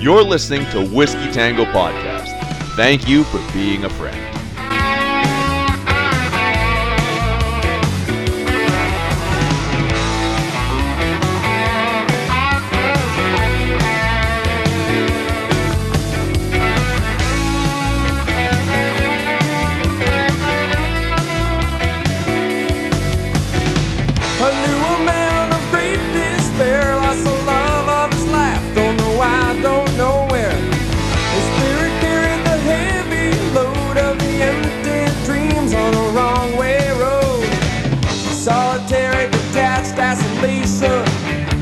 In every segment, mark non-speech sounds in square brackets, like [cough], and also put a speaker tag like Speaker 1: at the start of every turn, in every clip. Speaker 1: You're listening to Whiskey Tango Podcast. Thank you for being a friend.
Speaker 2: I knew a man of great despair, lost the love of his life, don't know why, don't know where. His spirit carried the heavy load of the empty dreams on a wrong way road. Solitary, detached, isolation,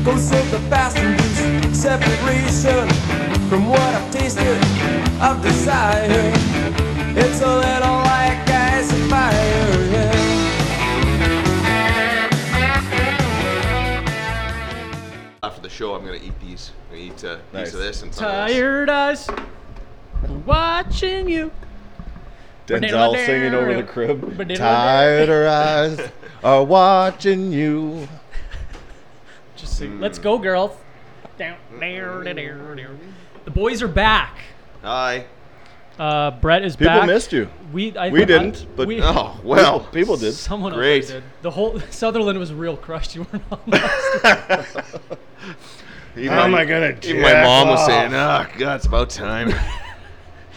Speaker 2: goes of the fast and loose separation from what I've tasted of desire. It's a little like ice and fire. Yeah.
Speaker 3: After the show, I'm gonna eat these. I'm gonna eat a
Speaker 1: Nice.
Speaker 3: piece of this and some of this.
Speaker 4: Tired eyes watching you.
Speaker 5: Denzel singing over the crib.
Speaker 4: Ba-diddle-da-doo.
Speaker 5: Tired her eyes are watching you.
Speaker 4: Just sing, let's go, girl. Down there, there, there, there. The boys are back.
Speaker 3: Hi.
Speaker 4: Uh, Brett is
Speaker 5: People
Speaker 4: back.
Speaker 5: missed you.
Speaker 4: We I,
Speaker 5: We
Speaker 4: I-
Speaker 5: didn't, but-
Speaker 4: we,
Speaker 3: Oh well.
Speaker 5: [laughs] People- people did.
Speaker 4: someone else
Speaker 3: Great.
Speaker 4: did. The whole [laughs] Sutherland was real crushed. [laughs] You were not. lost.
Speaker 3: Even
Speaker 5: How am
Speaker 3: my-
Speaker 5: I gonna
Speaker 3: Even my
Speaker 5: jack
Speaker 3: mom was
Speaker 5: off?
Speaker 3: saying, "Ah, God, it's about time."
Speaker 5: [laughs]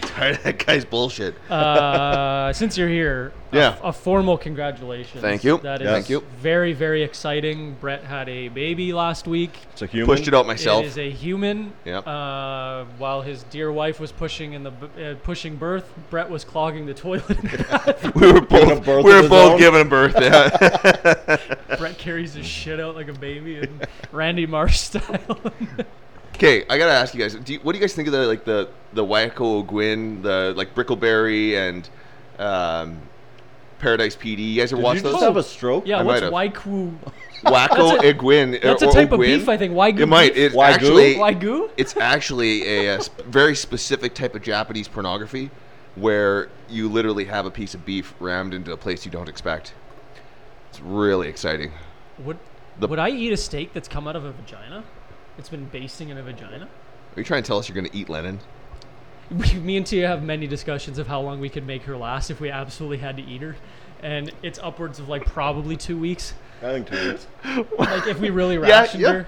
Speaker 3: Tired of that guy's bullshit.
Speaker 4: uh, since you're here, a-
Speaker 3: Yeah.
Speaker 4: a, formal congratulations.
Speaker 3: Thank you.
Speaker 4: That is
Speaker 5: Yes.
Speaker 3: Thank you.
Speaker 4: very very exciting. Brett had a baby last week.
Speaker 5: It's a human.
Speaker 3: Pushed it out myself.
Speaker 4: It is a human.
Speaker 3: Yep.
Speaker 4: Uh, while his dear wife was pushing in the b- uh, pushing birth, Brett was clogging the toilet. in the bathroom.
Speaker 3: [laughs] [laughs] we were
Speaker 5: a
Speaker 3: both
Speaker 5: birth
Speaker 3: we
Speaker 5: of
Speaker 3: were
Speaker 5: his
Speaker 3: both
Speaker 5: own?
Speaker 3: giving birth. Yeah.
Speaker 5: [laughs]
Speaker 4: Brett carries his shit out like a baby, and Randy Marsh style. [laughs]
Speaker 3: okay, I gotta ask you guys. Do you, what do you guys think of the like the the Wacko Gwyn, the like Brickleberry and um, Paradise PD? You guys ever
Speaker 5: Did
Speaker 3: watched
Speaker 5: you just
Speaker 3: those?
Speaker 5: have a stroke?
Speaker 4: yeah,
Speaker 3: I
Speaker 4: what's
Speaker 3: might
Speaker 4: Waiku?
Speaker 3: [laughs] Wacko
Speaker 4: That's a-
Speaker 3: Egwin.
Speaker 4: That's
Speaker 3: or,
Speaker 4: a
Speaker 3: or
Speaker 4: type of
Speaker 3: Gwyn?
Speaker 4: beef, I think. Waigu.
Speaker 3: It might. It
Speaker 5: Wagyu?
Speaker 3: actually.
Speaker 4: Waigu.
Speaker 3: It's actually a, uh, sp- very specific type of Japanese pornography where you literally have a piece of beef rammed into a place you don't expect. It's really exciting.
Speaker 4: Would
Speaker 3: The-
Speaker 4: would I eat a steak that's come out of a vagina? It's been basting in a vagina. [laughs]
Speaker 3: Are you trying to tell us you're going to eat Lenin?
Speaker 4: Me and Tia have many discussions of how long we could make her last if we absolutely had to eat her, and it's upwards of like probably two weeks.
Speaker 5: I think two weeks.
Speaker 4: [laughs] Like if
Speaker 5: [laughs]
Speaker 4: we really
Speaker 3: Yeah,
Speaker 4: rationed
Speaker 3: yeah.
Speaker 4: her.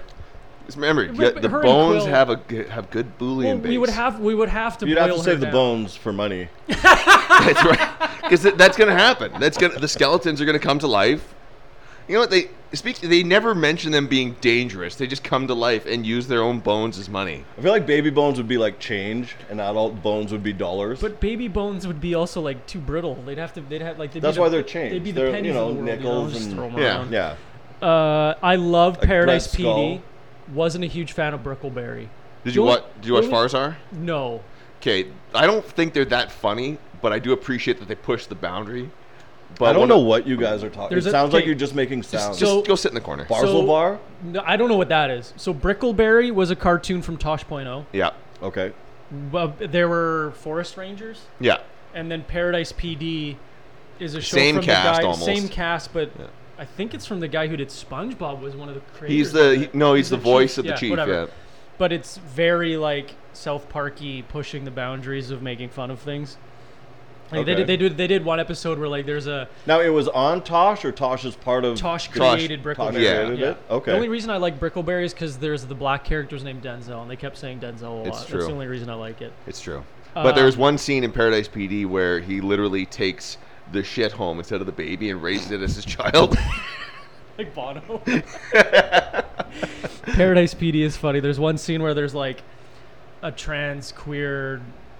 Speaker 3: Just remember,
Speaker 4: But-
Speaker 3: yeah,
Speaker 4: but
Speaker 3: the
Speaker 4: her and
Speaker 3: bones
Speaker 4: Quill-
Speaker 3: have a g- have good
Speaker 4: Well,
Speaker 3: Boolean base.
Speaker 4: we would have we would have to
Speaker 5: You'd
Speaker 4: boil
Speaker 5: have to
Speaker 4: her
Speaker 5: save the
Speaker 4: down.
Speaker 5: bones for money.
Speaker 3: that's [laughs] right. Because that's going to happen. That's going the skeletons are going to come to life. You know what they speak? They never mention them being dangerous. They just come to life and use their own bones as money.
Speaker 5: I feel like baby bones would be like change, and adult bones would be dollars.
Speaker 4: But baby bones would be also like too brittle. They'd have to. They'd have like. They'd
Speaker 5: That's
Speaker 4: be the,
Speaker 5: why they're changed.
Speaker 4: They'd be the
Speaker 5: They're, you
Speaker 4: pennies
Speaker 5: know,
Speaker 4: of the world,
Speaker 5: nickels
Speaker 4: You know, just
Speaker 5: and-
Speaker 4: throw 'em
Speaker 3: Yeah.
Speaker 4: around.
Speaker 5: yeah,
Speaker 4: Uh, I love
Speaker 5: Brett's
Speaker 4: Paradise
Speaker 5: skull.
Speaker 4: PD. Wasn't a huge fan of Brickleberry.
Speaker 3: Did you
Speaker 4: The
Speaker 3: watch?
Speaker 4: only-
Speaker 3: Did you watch
Speaker 4: the only-
Speaker 3: Farzar?
Speaker 4: No.
Speaker 3: Okay, I don't think they're that funny, but I do appreciate that they push the boundary. But
Speaker 5: I don't
Speaker 3: one
Speaker 5: know
Speaker 3: of-
Speaker 5: what you guys are talking. It
Speaker 4: There's a-
Speaker 5: sounds like
Speaker 4: okay.
Speaker 5: you're just making sounds.
Speaker 3: Just
Speaker 4: So-
Speaker 3: go sit in the corner.
Speaker 5: Barzel
Speaker 4: So-
Speaker 5: bar.
Speaker 4: No, I don't know what that is. So Brickleberry was a cartoon from Tosh.0.
Speaker 3: Yeah,
Speaker 5: Okay.
Speaker 4: Well, There were forest rangers,
Speaker 3: yeah.
Speaker 4: and then Paradise PD is a show
Speaker 3: Same
Speaker 4: from
Speaker 3: cast
Speaker 4: the guy,
Speaker 3: almost.
Speaker 4: same cast, but I think it's from the guy who did SpongeBob was one of the creators.
Speaker 3: He's the
Speaker 4: of
Speaker 3: he,
Speaker 4: it.
Speaker 3: no, he's the, voice of the
Speaker 4: yeah,
Speaker 3: chief.
Speaker 4: whatever.
Speaker 3: Yeah,
Speaker 4: but it's very like South Parky, pushing the boundaries of making fun of things. Like they
Speaker 5: Okay.
Speaker 4: did, they did, they did one episode where like there's a
Speaker 5: Now it was on Tosh or Tosh is part of
Speaker 4: Tosh
Speaker 3: Tosh-
Speaker 4: created
Speaker 5: Tosh
Speaker 4: Brickleberry.
Speaker 5: created
Speaker 4: Yeah.
Speaker 5: it? Okay.
Speaker 4: The only reason I like Brickleberry is because there's the black character's named Denzel, and they kept saying Denzel a lot.
Speaker 3: It's true.
Speaker 4: That's the only reason I like it.
Speaker 3: it's true. But
Speaker 4: Uh.
Speaker 3: there was one scene in Paradise PD where he literally takes the shit home instead of the baby and raises it as his
Speaker 5: [laughs]
Speaker 3: child.
Speaker 4: Like Bono. [laughs] Paradise PD is funny. There's one scene where there's like a trans queer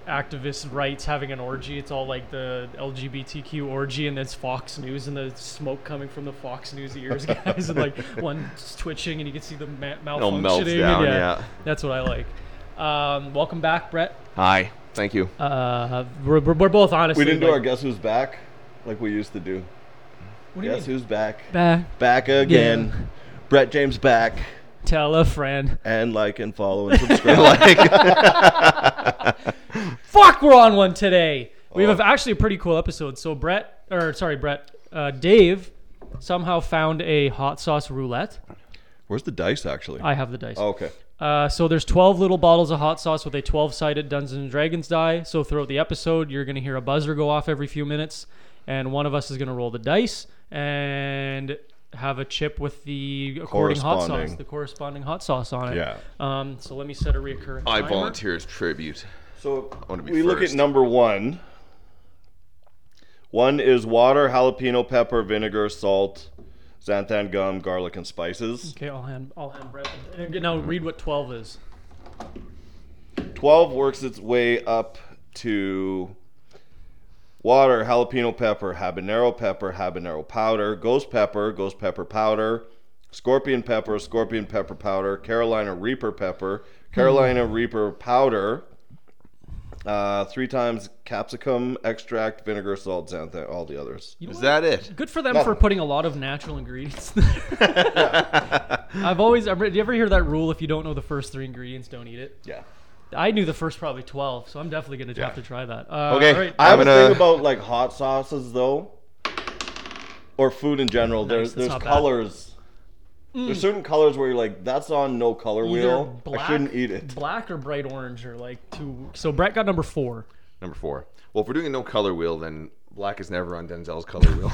Speaker 4: activist rights having an orgy. It's all like the LGBTQ orgy, and there's Fox News and the smoke coming from the Fox
Speaker 5: [laughs]
Speaker 4: News ears, guys, and like one's twitching, and you can see the ma-
Speaker 3: all
Speaker 4: malfunctioning.
Speaker 3: melts
Speaker 4: and
Speaker 3: down, yeah.
Speaker 4: that's what I like. Um, welcome back, Brett.
Speaker 3: Hi, thank you.
Speaker 4: Uh, we're, we're, we're both honestly.
Speaker 5: we didn't do
Speaker 4: like-
Speaker 5: our guess who's back like we used to do.
Speaker 4: What do you
Speaker 5: Guess
Speaker 4: mean?
Speaker 5: who's back?
Speaker 4: Back.
Speaker 5: Back again. Brett James back.
Speaker 4: Tell a friend.
Speaker 5: And like and follow and [laughs] subscribe.
Speaker 4: Fuck, we're on one today. We have
Speaker 5: Oh.
Speaker 4: actually a pretty cool episode. So Brett, or sorry, Brett, uh, Dave somehow found a hot sauce roulette.
Speaker 5: Where's the dice actually?
Speaker 4: I have the dice.
Speaker 5: oh, okay.
Speaker 4: Uh, so there's 12 little bottles of hot sauce with a 12-sided Dungeons and Dragons die. So throughout the episode, you're gonna hear a buzzer go off every few minutes, and one of us is gonna roll the dice and have a chip with the according hot sauce,
Speaker 5: Corresponding.
Speaker 4: the corresponding hot sauce on it.
Speaker 5: Yeah.
Speaker 4: Um, so let me set a reoccurring.
Speaker 3: I
Speaker 4: timer.
Speaker 3: volunteer as tribute.
Speaker 5: So
Speaker 3: wanna be
Speaker 5: we look at
Speaker 3: first.
Speaker 5: number one. One is water, jalapeno pepper, vinegar, salt, xanthan gum, garlic, and spices.
Speaker 4: Okay, I'll hand I'll hand Brett. and Now read what 12 is.
Speaker 5: Twelve works its way up to water, jalapeno pepper, habanero pepper, habanero powder, ghost pepper, ghost pepper powder, scorpion pepper, scorpion pepper powder, Carolina Reaper pepper, Carolina Reaper powder. Uh, three times capsicum extract, vinegar, salt, xanthan, all the others.
Speaker 4: You know
Speaker 3: Is
Speaker 4: what?
Speaker 3: that it?
Speaker 4: Good for them for putting a lot of natural ingredients.
Speaker 5: [laughs]
Speaker 4: there. I've always. I've, re- do you ever hear that rule? If you don't know the first three ingredients, don't eat it.
Speaker 5: Yeah.
Speaker 4: I knew the first probably 12, so I'm definitely going to have to try that. Uh,
Speaker 3: Okay,
Speaker 4: all right.
Speaker 5: I
Speaker 3: I'm
Speaker 5: have a
Speaker 3: gonna-
Speaker 5: thing about like hot sauces though, or food in general.
Speaker 4: Nice,
Speaker 5: There's
Speaker 4: that's
Speaker 5: there's
Speaker 4: not bad. Mm.
Speaker 5: colors. There's certain colors where you're like, that's on no color
Speaker 4: Either
Speaker 5: wheel.
Speaker 4: black-
Speaker 5: I shouldn't eat it.
Speaker 4: Black or bright orange or like two. So Brett got number four.
Speaker 3: Number four. Well, if we're doing a no color wheel, then black is never on Denzel's color
Speaker 4: [laughs]
Speaker 3: wheel.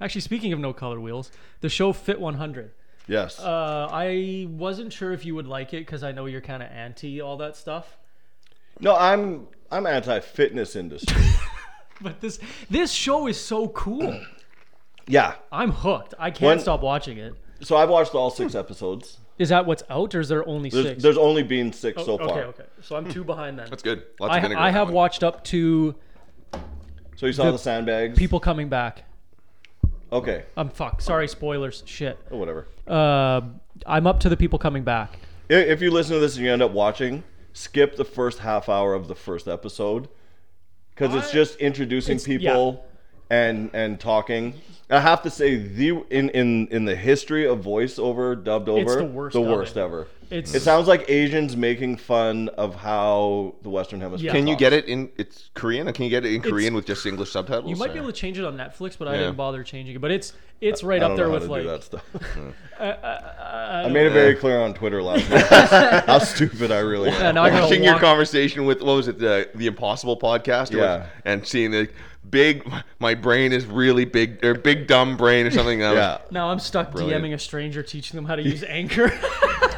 Speaker 4: Actually, speaking of no color wheels, the show Fit 100.
Speaker 5: Yes.
Speaker 4: Uh, I wasn't sure if you would like it because I know you're kind of anti all that stuff.
Speaker 5: no, I'm I'm anti-fitness
Speaker 4: [laughs]
Speaker 5: industry.
Speaker 4: But this this show is so cool.
Speaker 5: yeah.
Speaker 4: I'm hooked. I can't
Speaker 5: When-
Speaker 4: stop watching it.
Speaker 5: So I've watched all six episodes.
Speaker 4: Is that what's out or is there only
Speaker 5: There's,
Speaker 4: six?
Speaker 5: there's only been six
Speaker 4: Oh,
Speaker 5: so
Speaker 4: okay,
Speaker 5: far.
Speaker 4: okay. So I'm two behind then.
Speaker 3: That's good. Lots
Speaker 4: I,
Speaker 3: of vinegar.
Speaker 4: I
Speaker 3: in that
Speaker 4: have
Speaker 3: one.
Speaker 4: watched up to
Speaker 5: So you saw the, sandbags.
Speaker 4: people coming back.
Speaker 5: Okay.
Speaker 4: I'm fuck. Sorry, spoilers. Shit.
Speaker 5: Oh, whatever.
Speaker 4: uh, I'm up to the people coming back.
Speaker 5: I- If you listen to this and you end up watching, skip the first half hour of the first episode because it's just introducing
Speaker 4: It's-
Speaker 5: people and and talking. I have to say the in in in the history of voiceover dubbed over,
Speaker 4: the worst of it.
Speaker 5: ever.
Speaker 4: It's-
Speaker 5: It sounds like Asians making fun of how the Western Hemisphere.
Speaker 4: Yeah.
Speaker 3: Can you
Speaker 5: talks.
Speaker 3: get it in? It's Korean. Or can you get it in Korean with just English subtitles?
Speaker 4: You might be
Speaker 3: or-
Speaker 4: able to change it on Netflix, but I
Speaker 3: Yeah.
Speaker 4: didn't bother changing it. But it's it's right
Speaker 5: I
Speaker 4: up
Speaker 5: don't
Speaker 4: there
Speaker 5: know how
Speaker 4: with
Speaker 5: to do
Speaker 4: like
Speaker 5: that stuff.
Speaker 4: [laughs]
Speaker 5: I made it very clear on Twitter last night how stupid I really am.
Speaker 4: and I gotta
Speaker 3: watching your
Speaker 4: walk-
Speaker 3: conversation with what was it the the Impossible podcast? or
Speaker 5: Yeah.
Speaker 3: what- and seeing the big. My brain is really big or big dumb brain or
Speaker 4: [laughs]
Speaker 3: something. and I was-
Speaker 5: Yeah,
Speaker 4: Now I'm stuck
Speaker 3: Brilliant.
Speaker 4: DMing a stranger, teaching them how
Speaker 3: [laughs]
Speaker 4: to use Anchor. [laughs]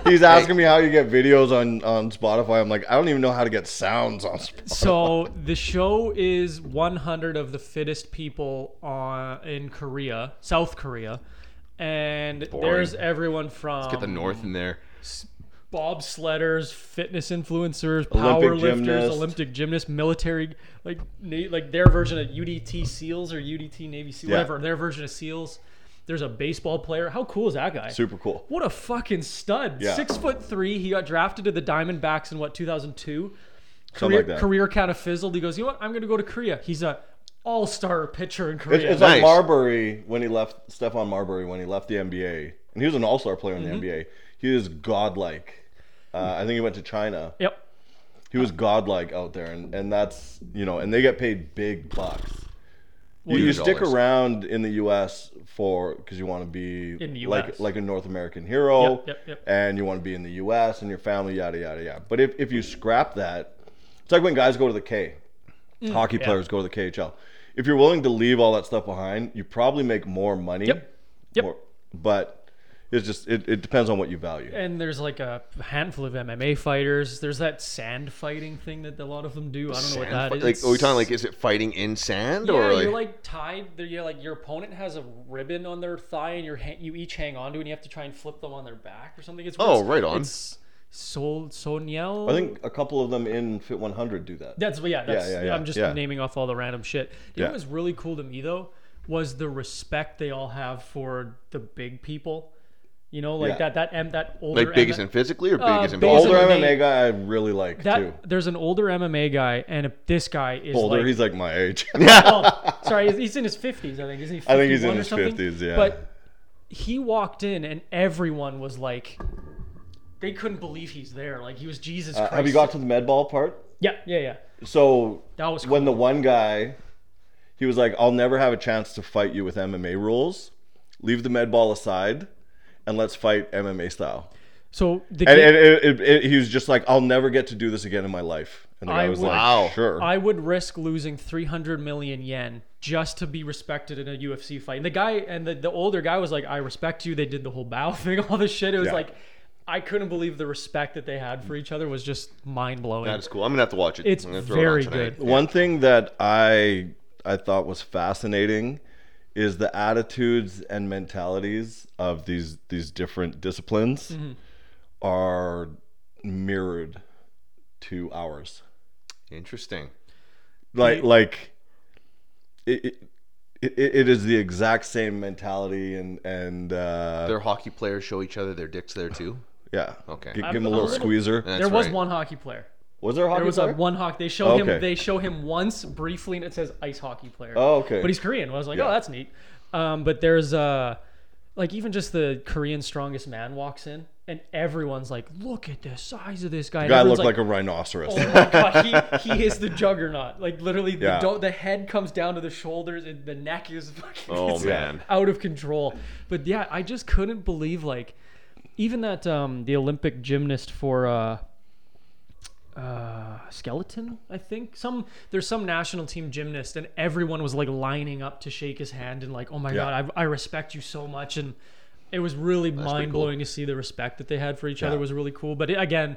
Speaker 5: he's asking me how you get videos on on Spotify. I'm like, I don't even know how to get sounds on Spotify.
Speaker 4: so the show is 100 of the fittest people on in Korea, South Korea, and there's everyone from
Speaker 3: Get the North in there.
Speaker 4: bobsledders, fitness influencers,
Speaker 5: Olympic
Speaker 4: power lifters,
Speaker 5: gymnast.
Speaker 4: Olympic gymnasts, military, like na- like their version of UDT SEALs or UDT Navy SEAL,
Speaker 5: Yeah.
Speaker 4: whatever their version of SEALs. There's a baseball player. How cool is that guy?
Speaker 5: Super cool.
Speaker 4: What a fucking stud!
Speaker 5: Yeah.
Speaker 4: Six foot three. He got drafted to the Diamondbacks in what 2002.
Speaker 5: Something
Speaker 4: Career,
Speaker 5: like that.
Speaker 4: career kind of fizzled. He goes, you know what? I'm going to go to Korea. He's a all-star pitcher in
Speaker 5: It's,
Speaker 4: Korea.
Speaker 5: it's
Speaker 3: Nice.
Speaker 5: like Marbury when he left Stephon Marbury when he left the NBA, and he was an All-Star player in the NBA. He was godlike. Uh, I think he went to China.
Speaker 4: yep.
Speaker 5: He was godlike out there, and, and that's you know, and they get paid big bucks. You, you
Speaker 3: Huge
Speaker 5: stick
Speaker 3: dollars.
Speaker 5: around in the U.S. for because you want to be
Speaker 4: In the
Speaker 5: like
Speaker 4: US.
Speaker 5: like a North American hero,
Speaker 4: Yep, yep, yep.
Speaker 5: and you want to be in the U.S. and your family, yada yada yada. But if if you scrap that, it's like when guys go to the K,
Speaker 4: Mm,
Speaker 5: hockey players go to the KHL. If you're willing to leave all that stuff behind, you probably make more money.
Speaker 4: Yep. Yep.
Speaker 5: more- but it's just it, it depends on what you value.
Speaker 4: And there's like a handful of MMA fighters. There's that sand fighting thing that a lot of them do. I don't know what that
Speaker 3: Sand
Speaker 4: is.
Speaker 3: fi- like, are we talking like is it fighting in sand
Speaker 4: yeah,
Speaker 3: or
Speaker 4: you're
Speaker 3: like,
Speaker 4: like tied. there- You're like your opponent has a ribbon on their thigh, and you're ha- you each hang onto, it and you have to try and flip them on their back or something. It's
Speaker 3: Oh,
Speaker 4: it's-
Speaker 3: right on.
Speaker 4: It's Sol Soniel.
Speaker 5: I think a couple of them in Fit 100 do that.
Speaker 4: That's yeah. That's,
Speaker 5: yeah, yeah,
Speaker 4: I'm just
Speaker 5: yeah.
Speaker 4: naming off all the random shit. You know
Speaker 5: Yeah.
Speaker 4: what was really cool to me though was the respect they all have for the big people. You know, like
Speaker 5: Yeah.
Speaker 4: that that M that older
Speaker 3: like big
Speaker 4: M-
Speaker 3: as in physically or big
Speaker 4: Uh,
Speaker 3: as in
Speaker 4: big as in-
Speaker 5: Older
Speaker 3: older?
Speaker 4: Isn't
Speaker 5: MMA
Speaker 4: they-
Speaker 5: guy I really like
Speaker 4: That
Speaker 5: too.
Speaker 4: there's an older MMA guy, and this guy is
Speaker 5: Older,
Speaker 4: Like,
Speaker 5: he's like my
Speaker 4: [laughs]
Speaker 5: age.
Speaker 4: well, sorry, he's- he's in his fifties. I think isn't he? 51
Speaker 5: I think he's in
Speaker 4: or
Speaker 5: his
Speaker 4: something?
Speaker 5: 50s, yeah.
Speaker 4: But he walked in, and everyone was like, they couldn't believe he's there. Like he was Jesus Christ.
Speaker 5: Uh, Have you got to the med ball part?
Speaker 4: Yeah, yeah, yeah.
Speaker 5: So
Speaker 4: That was
Speaker 5: when the one guy, he was like, "I'll never have a chance to fight you with MMA rules. Leave the med ball aside." and let's fight MMA style.
Speaker 4: So the
Speaker 5: And,
Speaker 4: game-
Speaker 5: and it, it, it, he was just like, I'll never get to do this again in my life. And the guy
Speaker 4: I
Speaker 5: was
Speaker 4: would-
Speaker 5: like,
Speaker 3: Wow.
Speaker 5: sure.
Speaker 4: I would risk losing 300 million yen just to be respected in a UFC fight. And the guy and the, the older guy was like, I respect you. They did the whole bow [laughs] thing, all this shit. It was
Speaker 5: Yeah.
Speaker 4: like, I couldn't believe the respect that they had for each other was just mind blowing.
Speaker 3: That is cool. I'm gonna have to watch it.
Speaker 4: It's
Speaker 3: I'm gonna throw it on
Speaker 4: very
Speaker 3: tonight.
Speaker 4: good.
Speaker 5: One thing that I I thought was fascinating is the attitudes and mentalities of these these different disciplines are mirrored to ours.
Speaker 3: Interesting.
Speaker 5: Like like it, it it, it is the exact same mentality and and uh,
Speaker 3: Their hockey players show each other their dicks there too.
Speaker 5: yeah.
Speaker 3: Okay.
Speaker 5: G- give him a little squeezer.
Speaker 3: That's
Speaker 4: There was
Speaker 3: right.
Speaker 4: one hockey player.
Speaker 5: Was there a hockey
Speaker 4: There was
Speaker 5: player?
Speaker 4: a one hockey. They show
Speaker 5: Okay.
Speaker 4: him. They show him once briefly, and it says ice hockey player.
Speaker 5: Oh, okay.
Speaker 4: But he's Korean. I was like,
Speaker 5: Yeah.
Speaker 4: oh, that's neat. Um, but there's uh, like even just the Korean strongest man walks in, and everyone's like, look at the size of this guy. And
Speaker 5: guy
Speaker 4: everyone's
Speaker 5: looked like, a rhinoceros.
Speaker 4: Oh my god, he, he is the juggernaut. Like literally,
Speaker 5: Yeah.
Speaker 4: the, do- the head comes down to the shoulders, and the neck is fucking
Speaker 3: Oh,
Speaker 4: it's
Speaker 3: man.
Speaker 4: out of control. But yeah, I just couldn't believe like even that um, the Olympic gymnast for uh, uh, skeleton, I think some there's some national team gymnast, and everyone was like lining up to shake his hand and like, oh my god, I, I respect you so much, and it was really mind blowing to see the respect that they had for each other was really cool. But it, again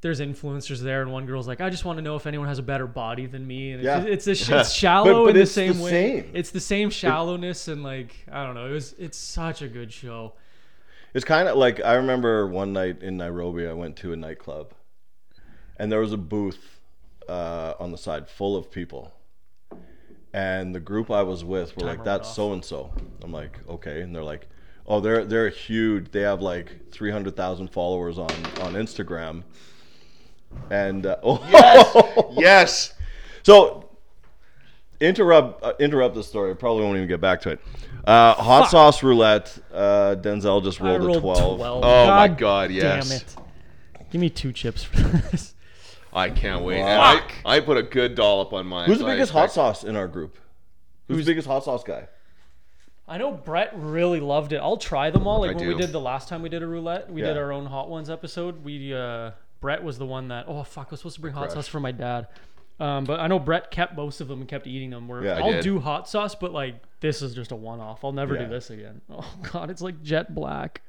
Speaker 4: there's influencers there, and one girl's like, "I just want to know if anyone has a better body than me." And
Speaker 5: Yeah. [laughs]
Speaker 4: it's, it's, a, sh- it's shallow
Speaker 5: but
Speaker 4: in the
Speaker 5: it's the
Speaker 4: same way.
Speaker 5: same.
Speaker 4: It's the same shallowness, and like I don't know. It was it's such a good show.
Speaker 5: It's kind of like I remember one night in Nairobi, I went to a nightclub, and there was a booth uh, on the side full of people, and the group I was with were like,
Speaker 4: went
Speaker 5: "That's
Speaker 4: off.
Speaker 5: so and so." I'm like, "Okay," and they're like, "Oh, they're they're huge. They have like three hundred thousand followers on on Instagram." And uh, [laughs] oh,
Speaker 3: Yes.
Speaker 5: [laughs] so interrupt uh, interrupt the story. I probably won't even get back to it. Uh, hot sauce roulette. Uh, Denzel just
Speaker 4: I
Speaker 5: rolled,
Speaker 4: rolled
Speaker 5: a twelve.
Speaker 3: Oh my God, yes.
Speaker 4: Damn it! Give me two chips for [laughs] this.
Speaker 3: I can't wait. And
Speaker 5: Fuck.
Speaker 3: I, I put a good dollop on mine.
Speaker 5: Who's the
Speaker 3: so I
Speaker 5: biggest hot
Speaker 3: expect-
Speaker 5: sauce in our group? Who's, the biggest hot sauce guy?
Speaker 4: I know Brett really loved it. I'll try them all. Like
Speaker 3: I
Speaker 4: when
Speaker 3: do.
Speaker 4: we did the last time we did a roulette, we did
Speaker 5: Yeah.
Speaker 4: our own hot ones episode. We uh, Brett was the one that oh fuck, I was supposed to bring hot sauce for my dad. Um, but I know Brett kept most of them and kept eating them. Where
Speaker 5: Yeah, I
Speaker 4: I'll
Speaker 3: did.
Speaker 4: do hot sauce, but like this is just a one-off. I'll never
Speaker 5: Yeah.
Speaker 4: do this again. [laughs] Oh god, it's like jet black.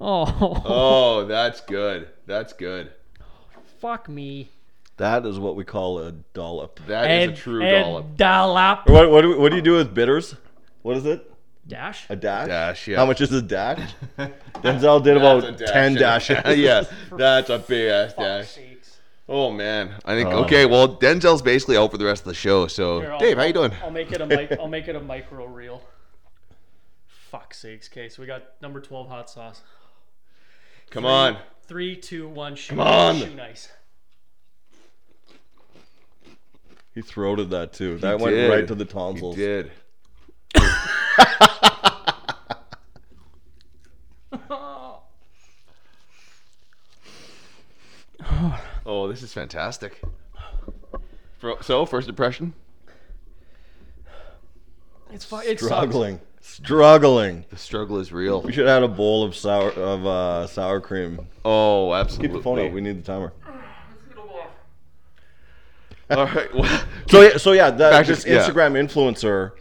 Speaker 4: Oh [laughs]
Speaker 3: Oh, that's good. That's good. Uh,
Speaker 4: fuck me.
Speaker 5: That is what we call a dollop.
Speaker 3: That is
Speaker 4: And
Speaker 3: a true
Speaker 4: and
Speaker 3: dollop.
Speaker 4: dollop.
Speaker 5: What, what, do we, what do you do with bitters? What is it?
Speaker 4: dash.
Speaker 5: A dash?
Speaker 3: Dash, yeah.
Speaker 5: How much is a
Speaker 3: [laughs]
Speaker 5: dash? Denzel did about
Speaker 3: That's a dash
Speaker 5: 10
Speaker 3: and a- [laughs]
Speaker 5: dashes. [laughs]
Speaker 3: yeah, that's a big ass dash.
Speaker 4: Sakes.
Speaker 3: Oh man, I think okay. Well, Denzel's basically out for the rest of the show. So,
Speaker 4: Here, I'll-
Speaker 3: Dave, how you doing?
Speaker 4: I'll make it a mic- I'll make it a micro reel. Fuck sakes, okay. So we got number twelve hot sauce.
Speaker 3: Come on.
Speaker 4: Three, two, one. Shoot, Come
Speaker 3: on.
Speaker 4: Shoot nice.
Speaker 5: He throated that too. That went
Speaker 3: did.
Speaker 5: right to the
Speaker 3: You
Speaker 5: tonsils.
Speaker 3: did.
Speaker 4: Ah,
Speaker 3: oh, this is fantastic. Fro- So, first impression?
Speaker 4: It's fine. It's
Speaker 5: Struggling. Struggling.
Speaker 3: The struggle is real.
Speaker 5: We should add a bowl of sour of uh, sour cream.
Speaker 3: Oh,
Speaker 5: Keep
Speaker 3: absolutely.
Speaker 5: the phone out. We need the timer.
Speaker 3: All right.
Speaker 5: [laughs]
Speaker 3: Well,
Speaker 5: So yeah, so yeah, that,
Speaker 3: Back to-
Speaker 5: this
Speaker 3: yeah.
Speaker 5: Instagram influencer,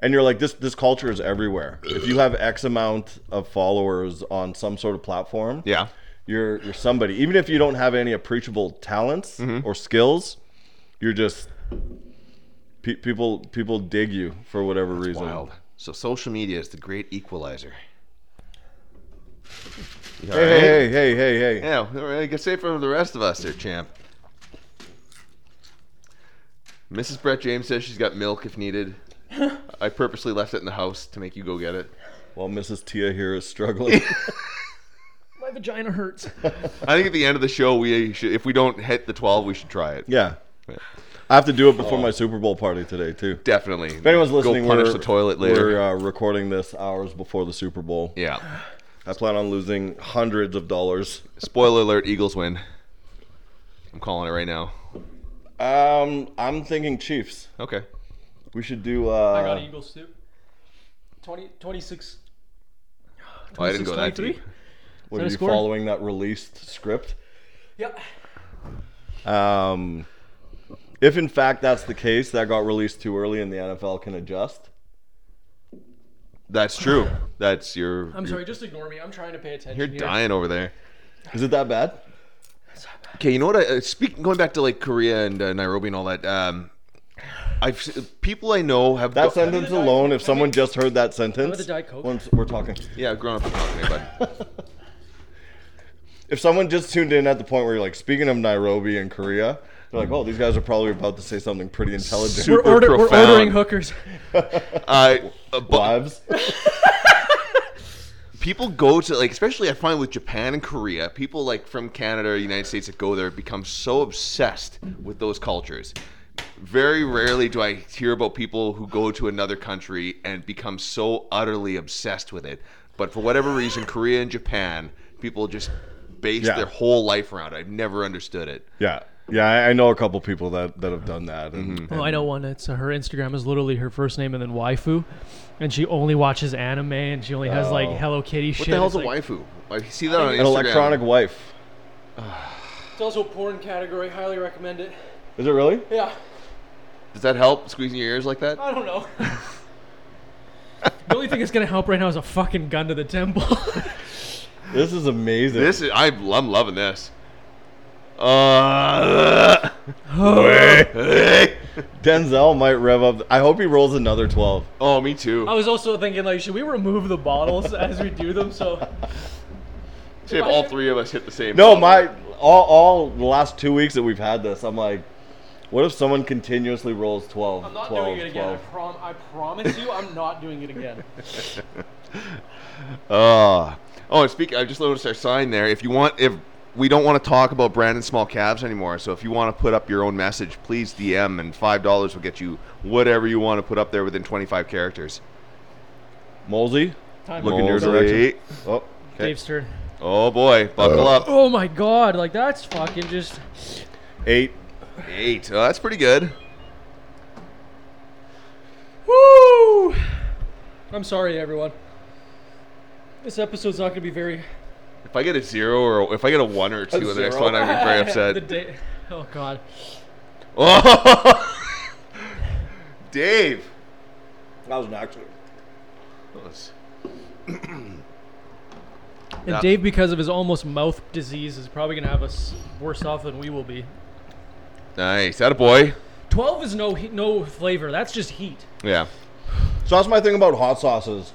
Speaker 5: and you're like this. This culture is everywhere. If you have X amount of followers on some sort of platform,
Speaker 3: yeah.
Speaker 5: you're you're somebody. Even if you don't have any appreciable talents
Speaker 3: Mm-hmm.
Speaker 5: or skills, you're just pe- people. People dig you for whatever reason.
Speaker 3: Wild. So, social media is the great equalizer. You all
Speaker 5: Hey,
Speaker 3: right?
Speaker 5: hey, hey, hey, hey, hey!
Speaker 3: Yeah, all right, get safe from the rest of us there, champ. Mrs. Brett James says she's got milk if
Speaker 5: [laughs]
Speaker 3: needed. I purposely left it in the house to make you go get it.
Speaker 5: While Mrs. Tia here is
Speaker 3: [laughs]
Speaker 5: struggling.
Speaker 4: My vagina hurts.
Speaker 3: I think at the end of the show, we should, if we don't hit the 12, we should try it.
Speaker 5: yeah, I have to do it before my Super Bowl party today too.
Speaker 3: Definitely.
Speaker 5: If anyone's listening,
Speaker 3: Oh. go punish
Speaker 5: we're,
Speaker 3: the toilet
Speaker 5: We're
Speaker 3: later.
Speaker 5: uh, recording this hours before the Super Bowl.
Speaker 3: Yeah.
Speaker 5: I plan on losing hundreds of dollars.
Speaker 3: Spoiler alert: Eagles win. I'm calling it right now.
Speaker 5: Um, I'm thinking Chiefs.
Speaker 3: Okay.
Speaker 5: We should do.
Speaker 4: I got
Speaker 5: Uh,
Speaker 4: Eagles too. 20, 26.
Speaker 3: Oh, I didn't go that
Speaker 4: 26-23?
Speaker 3: deep.
Speaker 5: What
Speaker 4: that
Speaker 5: are
Speaker 4: a
Speaker 5: you
Speaker 4: score?
Speaker 5: following that released script?
Speaker 4: Yeah.
Speaker 5: Um, if in fact that's the case, that got released too early, and the NFL can adjust.
Speaker 3: That's true. That's your.
Speaker 4: I'm sorry, just ignore me. I'm trying to pay attention.
Speaker 3: You're
Speaker 4: here.
Speaker 3: dying over there.
Speaker 5: Is it that bad?
Speaker 3: Okay, you know what? I, uh, speaking going back to like Korea and uh, Nairobi and all that. Um, I've s- people I know have
Speaker 5: That
Speaker 3: go-
Speaker 5: sentence alone, if someone just heard that sentence,
Speaker 4: the Diet Coke?
Speaker 5: once we're talking.
Speaker 3: yeah, grown up and talking, but
Speaker 5: If someone just tuned in at the point where you're like, speaking of Nairobi and Korea, they're like, oh, these guys are probably about to say something pretty intelligent.
Speaker 3: Super
Speaker 4: [laughs] We're, order, we're
Speaker 3: profound.
Speaker 4: ordering hookers.
Speaker 3: uh, uh, but
Speaker 5: [laughs]
Speaker 4: [laughs]
Speaker 5: lives.
Speaker 3: people go to like, especially I find with Japan and Korea, people like from Canada or United States that go there become so obsessed with those cultures. Very rarely do I hear about people who go to another country and become so utterly obsessed with it. But for whatever reason, Korea and Japan, people just base
Speaker 5: Yeah.
Speaker 3: their whole life around. it. I've never understood it.
Speaker 5: Yeah. Yeah, I, I know a couple people that, that have done that. And,
Speaker 4: Oh, I know one. It's her Instagram is literally her first name and then waifu, and she only watches anime and she only has like
Speaker 5: Oh.
Speaker 4: Hello Kitty shit.
Speaker 3: What the hell's
Speaker 4: it's
Speaker 3: a waifu? I see that on Instagram.
Speaker 5: An electronic wife.
Speaker 4: It's also a porn category. Highly recommend it.
Speaker 5: Is it really?
Speaker 4: Yeah,
Speaker 3: Does that help squeezing your ears like that?
Speaker 4: I don't know. the only thing that's gonna help right now is a fucking gun to the temple. [laughs]
Speaker 5: This is amazing. [laughs]
Speaker 3: This is I, I'm loving this. Uh, [laughs]
Speaker 5: Denzel might rev up. I hope he rolls another 12.
Speaker 3: oh, me too.
Speaker 4: I was also thinking like, should we remove the bottles as we do them? So
Speaker 3: See if all three of us hit the same.
Speaker 5: No,
Speaker 3: level.
Speaker 5: my all, all the last two weeks that we've had this, I'm like, what if someone continuously rolls 12?
Speaker 4: I'm not
Speaker 5: 12,
Speaker 4: doing it again.
Speaker 5: 12?
Speaker 4: I, prom- I promise you, I'm not doing it again.
Speaker 3: Uh, oh, and speak. I just noticed our sign there. If you want, if we don't want to talk about Brandon small calves anymore, so if you want to put up your own message, please DM, and five dollars will get you whatever you want to put up there within 25 characters.
Speaker 5: Molesey?
Speaker 4: Time
Speaker 5: Look in your
Speaker 3: Mosey.
Speaker 5: direction. Oh,
Speaker 4: Dave's turn.
Speaker 3: Oh boy, buckle
Speaker 5: Uh.
Speaker 3: up.
Speaker 4: Oh my god, like that's fucking just.
Speaker 5: eight.
Speaker 3: Eight. Oh, that's pretty good.
Speaker 4: Woo! I'm sorry, everyone. This episode's not gonna be very.
Speaker 3: If I get a zero or if I get a one or a two on the next
Speaker 5: zero.
Speaker 3: one, I'd be
Speaker 4: [laughs]
Speaker 3: very
Speaker 4: the
Speaker 3: upset.
Speaker 4: day. Oh god.
Speaker 3: Oh, [laughs] Dave.
Speaker 5: That was an actual.
Speaker 4: And
Speaker 3: Yeah.
Speaker 4: Dave, because of his almost mouth disease, is probably gonna have us worse off than we will be.
Speaker 3: Nice. That a boy.
Speaker 4: Twelve is no he- no flavor. That's just heat.
Speaker 3: Yeah.
Speaker 5: So that's my thing about hot sauces.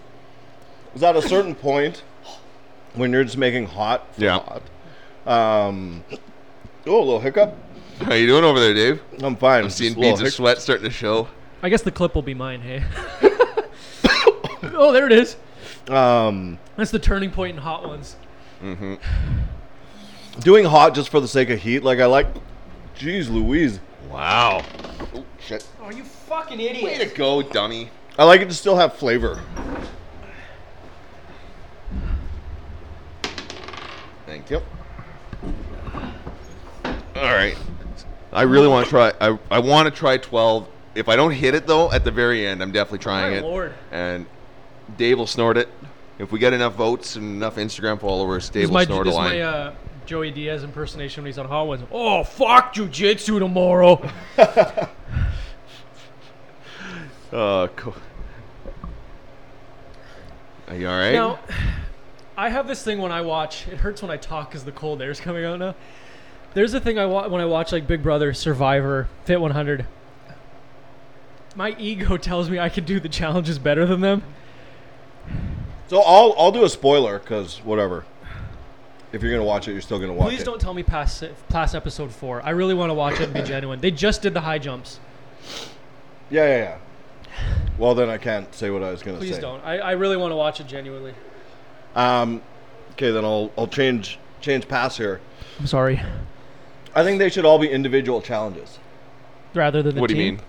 Speaker 5: Is at a certain point when you're just making hot for
Speaker 3: Yeah.
Speaker 5: hot. Um, oh, a little hiccup.
Speaker 3: How you doing over there, Dave?
Speaker 5: I'm fine. I'm
Speaker 3: Seeing beads of sweat starting to show.
Speaker 4: I guess the clip will be mine. Hey. oh, there it is.
Speaker 5: Um,
Speaker 4: That's the turning point in hot ones.
Speaker 5: doing hot just for the sake of heat. Like I like. Jeez, Louise.
Speaker 3: Wow. Oh, shit.
Speaker 4: Oh, you fucking idiot!
Speaker 3: Way to go, dummy.
Speaker 5: I like it to still have flavor.
Speaker 3: Thank you. All right. I really want to try. I, I want to try 12. If I don't hit it, though, at the very end, I'm definitely trying
Speaker 4: My
Speaker 3: it.
Speaker 4: lord.
Speaker 3: And Dave will snort it. If we get enough votes and enough Instagram followers, Dave
Speaker 4: This is
Speaker 3: will
Speaker 4: my,
Speaker 3: snort
Speaker 4: this
Speaker 3: a
Speaker 4: is
Speaker 3: line.
Speaker 4: my uh, Joey Diaz impersonation when he's on Hot Ones. Oh, fuck jujitsu tomorrow.
Speaker 3: Uh, cool. Are you all right?
Speaker 4: now, I have this thing when I watch. It hurts when I talk because the cold air's coming out now. There's a thing I wa- when I watch like Big Brother, Survivor, Fit 100. My ego [laughs] tells me I can do the challenges better than them.
Speaker 5: So I'll I'll do a spoiler because whatever. If you're gonna watch it, you're still gonna watch
Speaker 4: Please
Speaker 5: it.
Speaker 4: don't tell me past si- past episode four. I really want to watch it
Speaker 3: [coughs]
Speaker 4: and be genuine. They just did the high jumps.
Speaker 5: Yeah, yeah, yeah. Well, then I can't say what I was gonna
Speaker 4: Please
Speaker 5: say.
Speaker 4: don't. I, I really want to watch it genuinely.
Speaker 5: Um, okay, then I'll I'll change change pass here.
Speaker 4: I'm sorry.
Speaker 5: I think they should all be individual challenges.
Speaker 4: Rather than the
Speaker 3: What do you
Speaker 4: team.
Speaker 3: mean?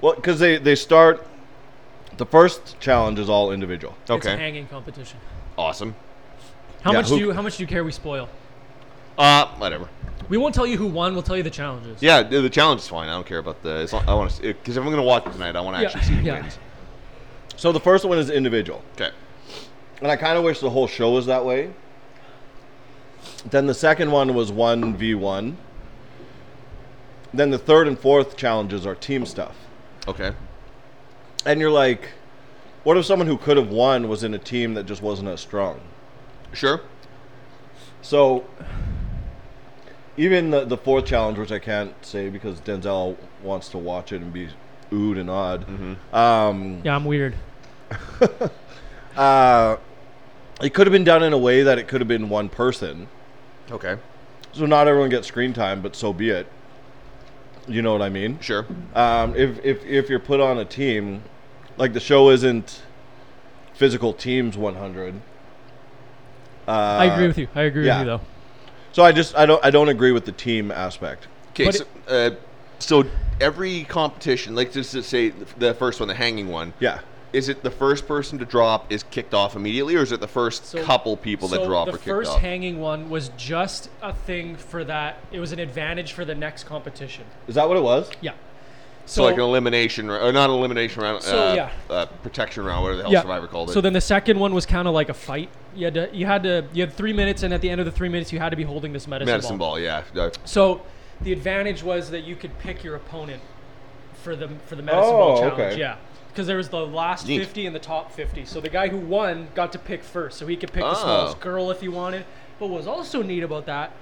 Speaker 5: Well, because they they start. The first challenge is all individual.
Speaker 4: It's a
Speaker 3: Okay.
Speaker 4: hanging competition.
Speaker 3: Awesome.
Speaker 4: How
Speaker 5: Yeah,
Speaker 4: much
Speaker 5: who-
Speaker 4: do you how much do you care we spoil?
Speaker 3: Uh, whatever.
Speaker 4: We won't tell you who won, we'll tell you the challenges.
Speaker 3: Yeah, the the challenge is fine. I don't care about the. As long, I want to because if I'm gonna watch it tonight, I want to
Speaker 4: Yeah,
Speaker 3: actually see who
Speaker 4: yeah.
Speaker 3: wins.
Speaker 5: So the first one is individual.
Speaker 3: Okay.
Speaker 5: and I kind of wish the whole show was that way. Then the second one was one v one. Then the third and fourth challenges are team stuff,
Speaker 3: Okay.
Speaker 5: and you're like, what if someone who could have won was in a team that just wasn't as strong?
Speaker 3: Sure.
Speaker 5: So even the, the fourth challenge, which I can't say because Denzel wants to watch it and be oohed and awed. Um,
Speaker 4: Yeah, I'm weird.
Speaker 5: uh, it could have been done in a way that it could have been one person.
Speaker 3: Okay.
Speaker 5: So not everyone gets screen time, but so be it. You know what I mean?
Speaker 3: Sure.
Speaker 5: Um, if, if, if you're put on a team, like the show isn't physical teams 100. Uh,
Speaker 4: I agree with you. I agree
Speaker 5: yeah.
Speaker 4: with you though.
Speaker 5: So I just I don't I don't agree with the team aspect.
Speaker 3: Okay,
Speaker 4: But
Speaker 3: so, uh, so every competition, like just to say the- the first one, the hanging one,
Speaker 5: Yeah.
Speaker 3: is it the first person to drop is kicked off immediately, or is it the first
Speaker 4: So-
Speaker 3: couple people that
Speaker 4: so
Speaker 3: drop
Speaker 4: the
Speaker 3: are kicked
Speaker 4: first
Speaker 3: off?
Speaker 4: hanging one was just a thing for that. It was an advantage for the next competition.
Speaker 5: Is that what it was?
Speaker 4: Yeah.
Speaker 3: so, like an elimination, ra- or not an elimination round,
Speaker 4: So,
Speaker 3: uh,
Speaker 4: yeah.
Speaker 3: uh, protection round, whatever the hell Survivor called it.
Speaker 4: So then the second one was kind of like a fight. You had to, you had to, you had three minutes, and at the end of the three minutes, you had to be holding this medicine,
Speaker 3: medicine ball, yeah. Uh,
Speaker 4: So the advantage was that you could pick your opponent for the for the medicine
Speaker 5: Oh,
Speaker 4: ball challenge.
Speaker 5: okay.
Speaker 4: Yeah. Because there was the last
Speaker 3: Neat.
Speaker 4: 50 and the top 50. So the guy who won got to pick first. So he could pick the
Speaker 3: Oh.
Speaker 4: smallest girl if he wanted. But what was also neat about that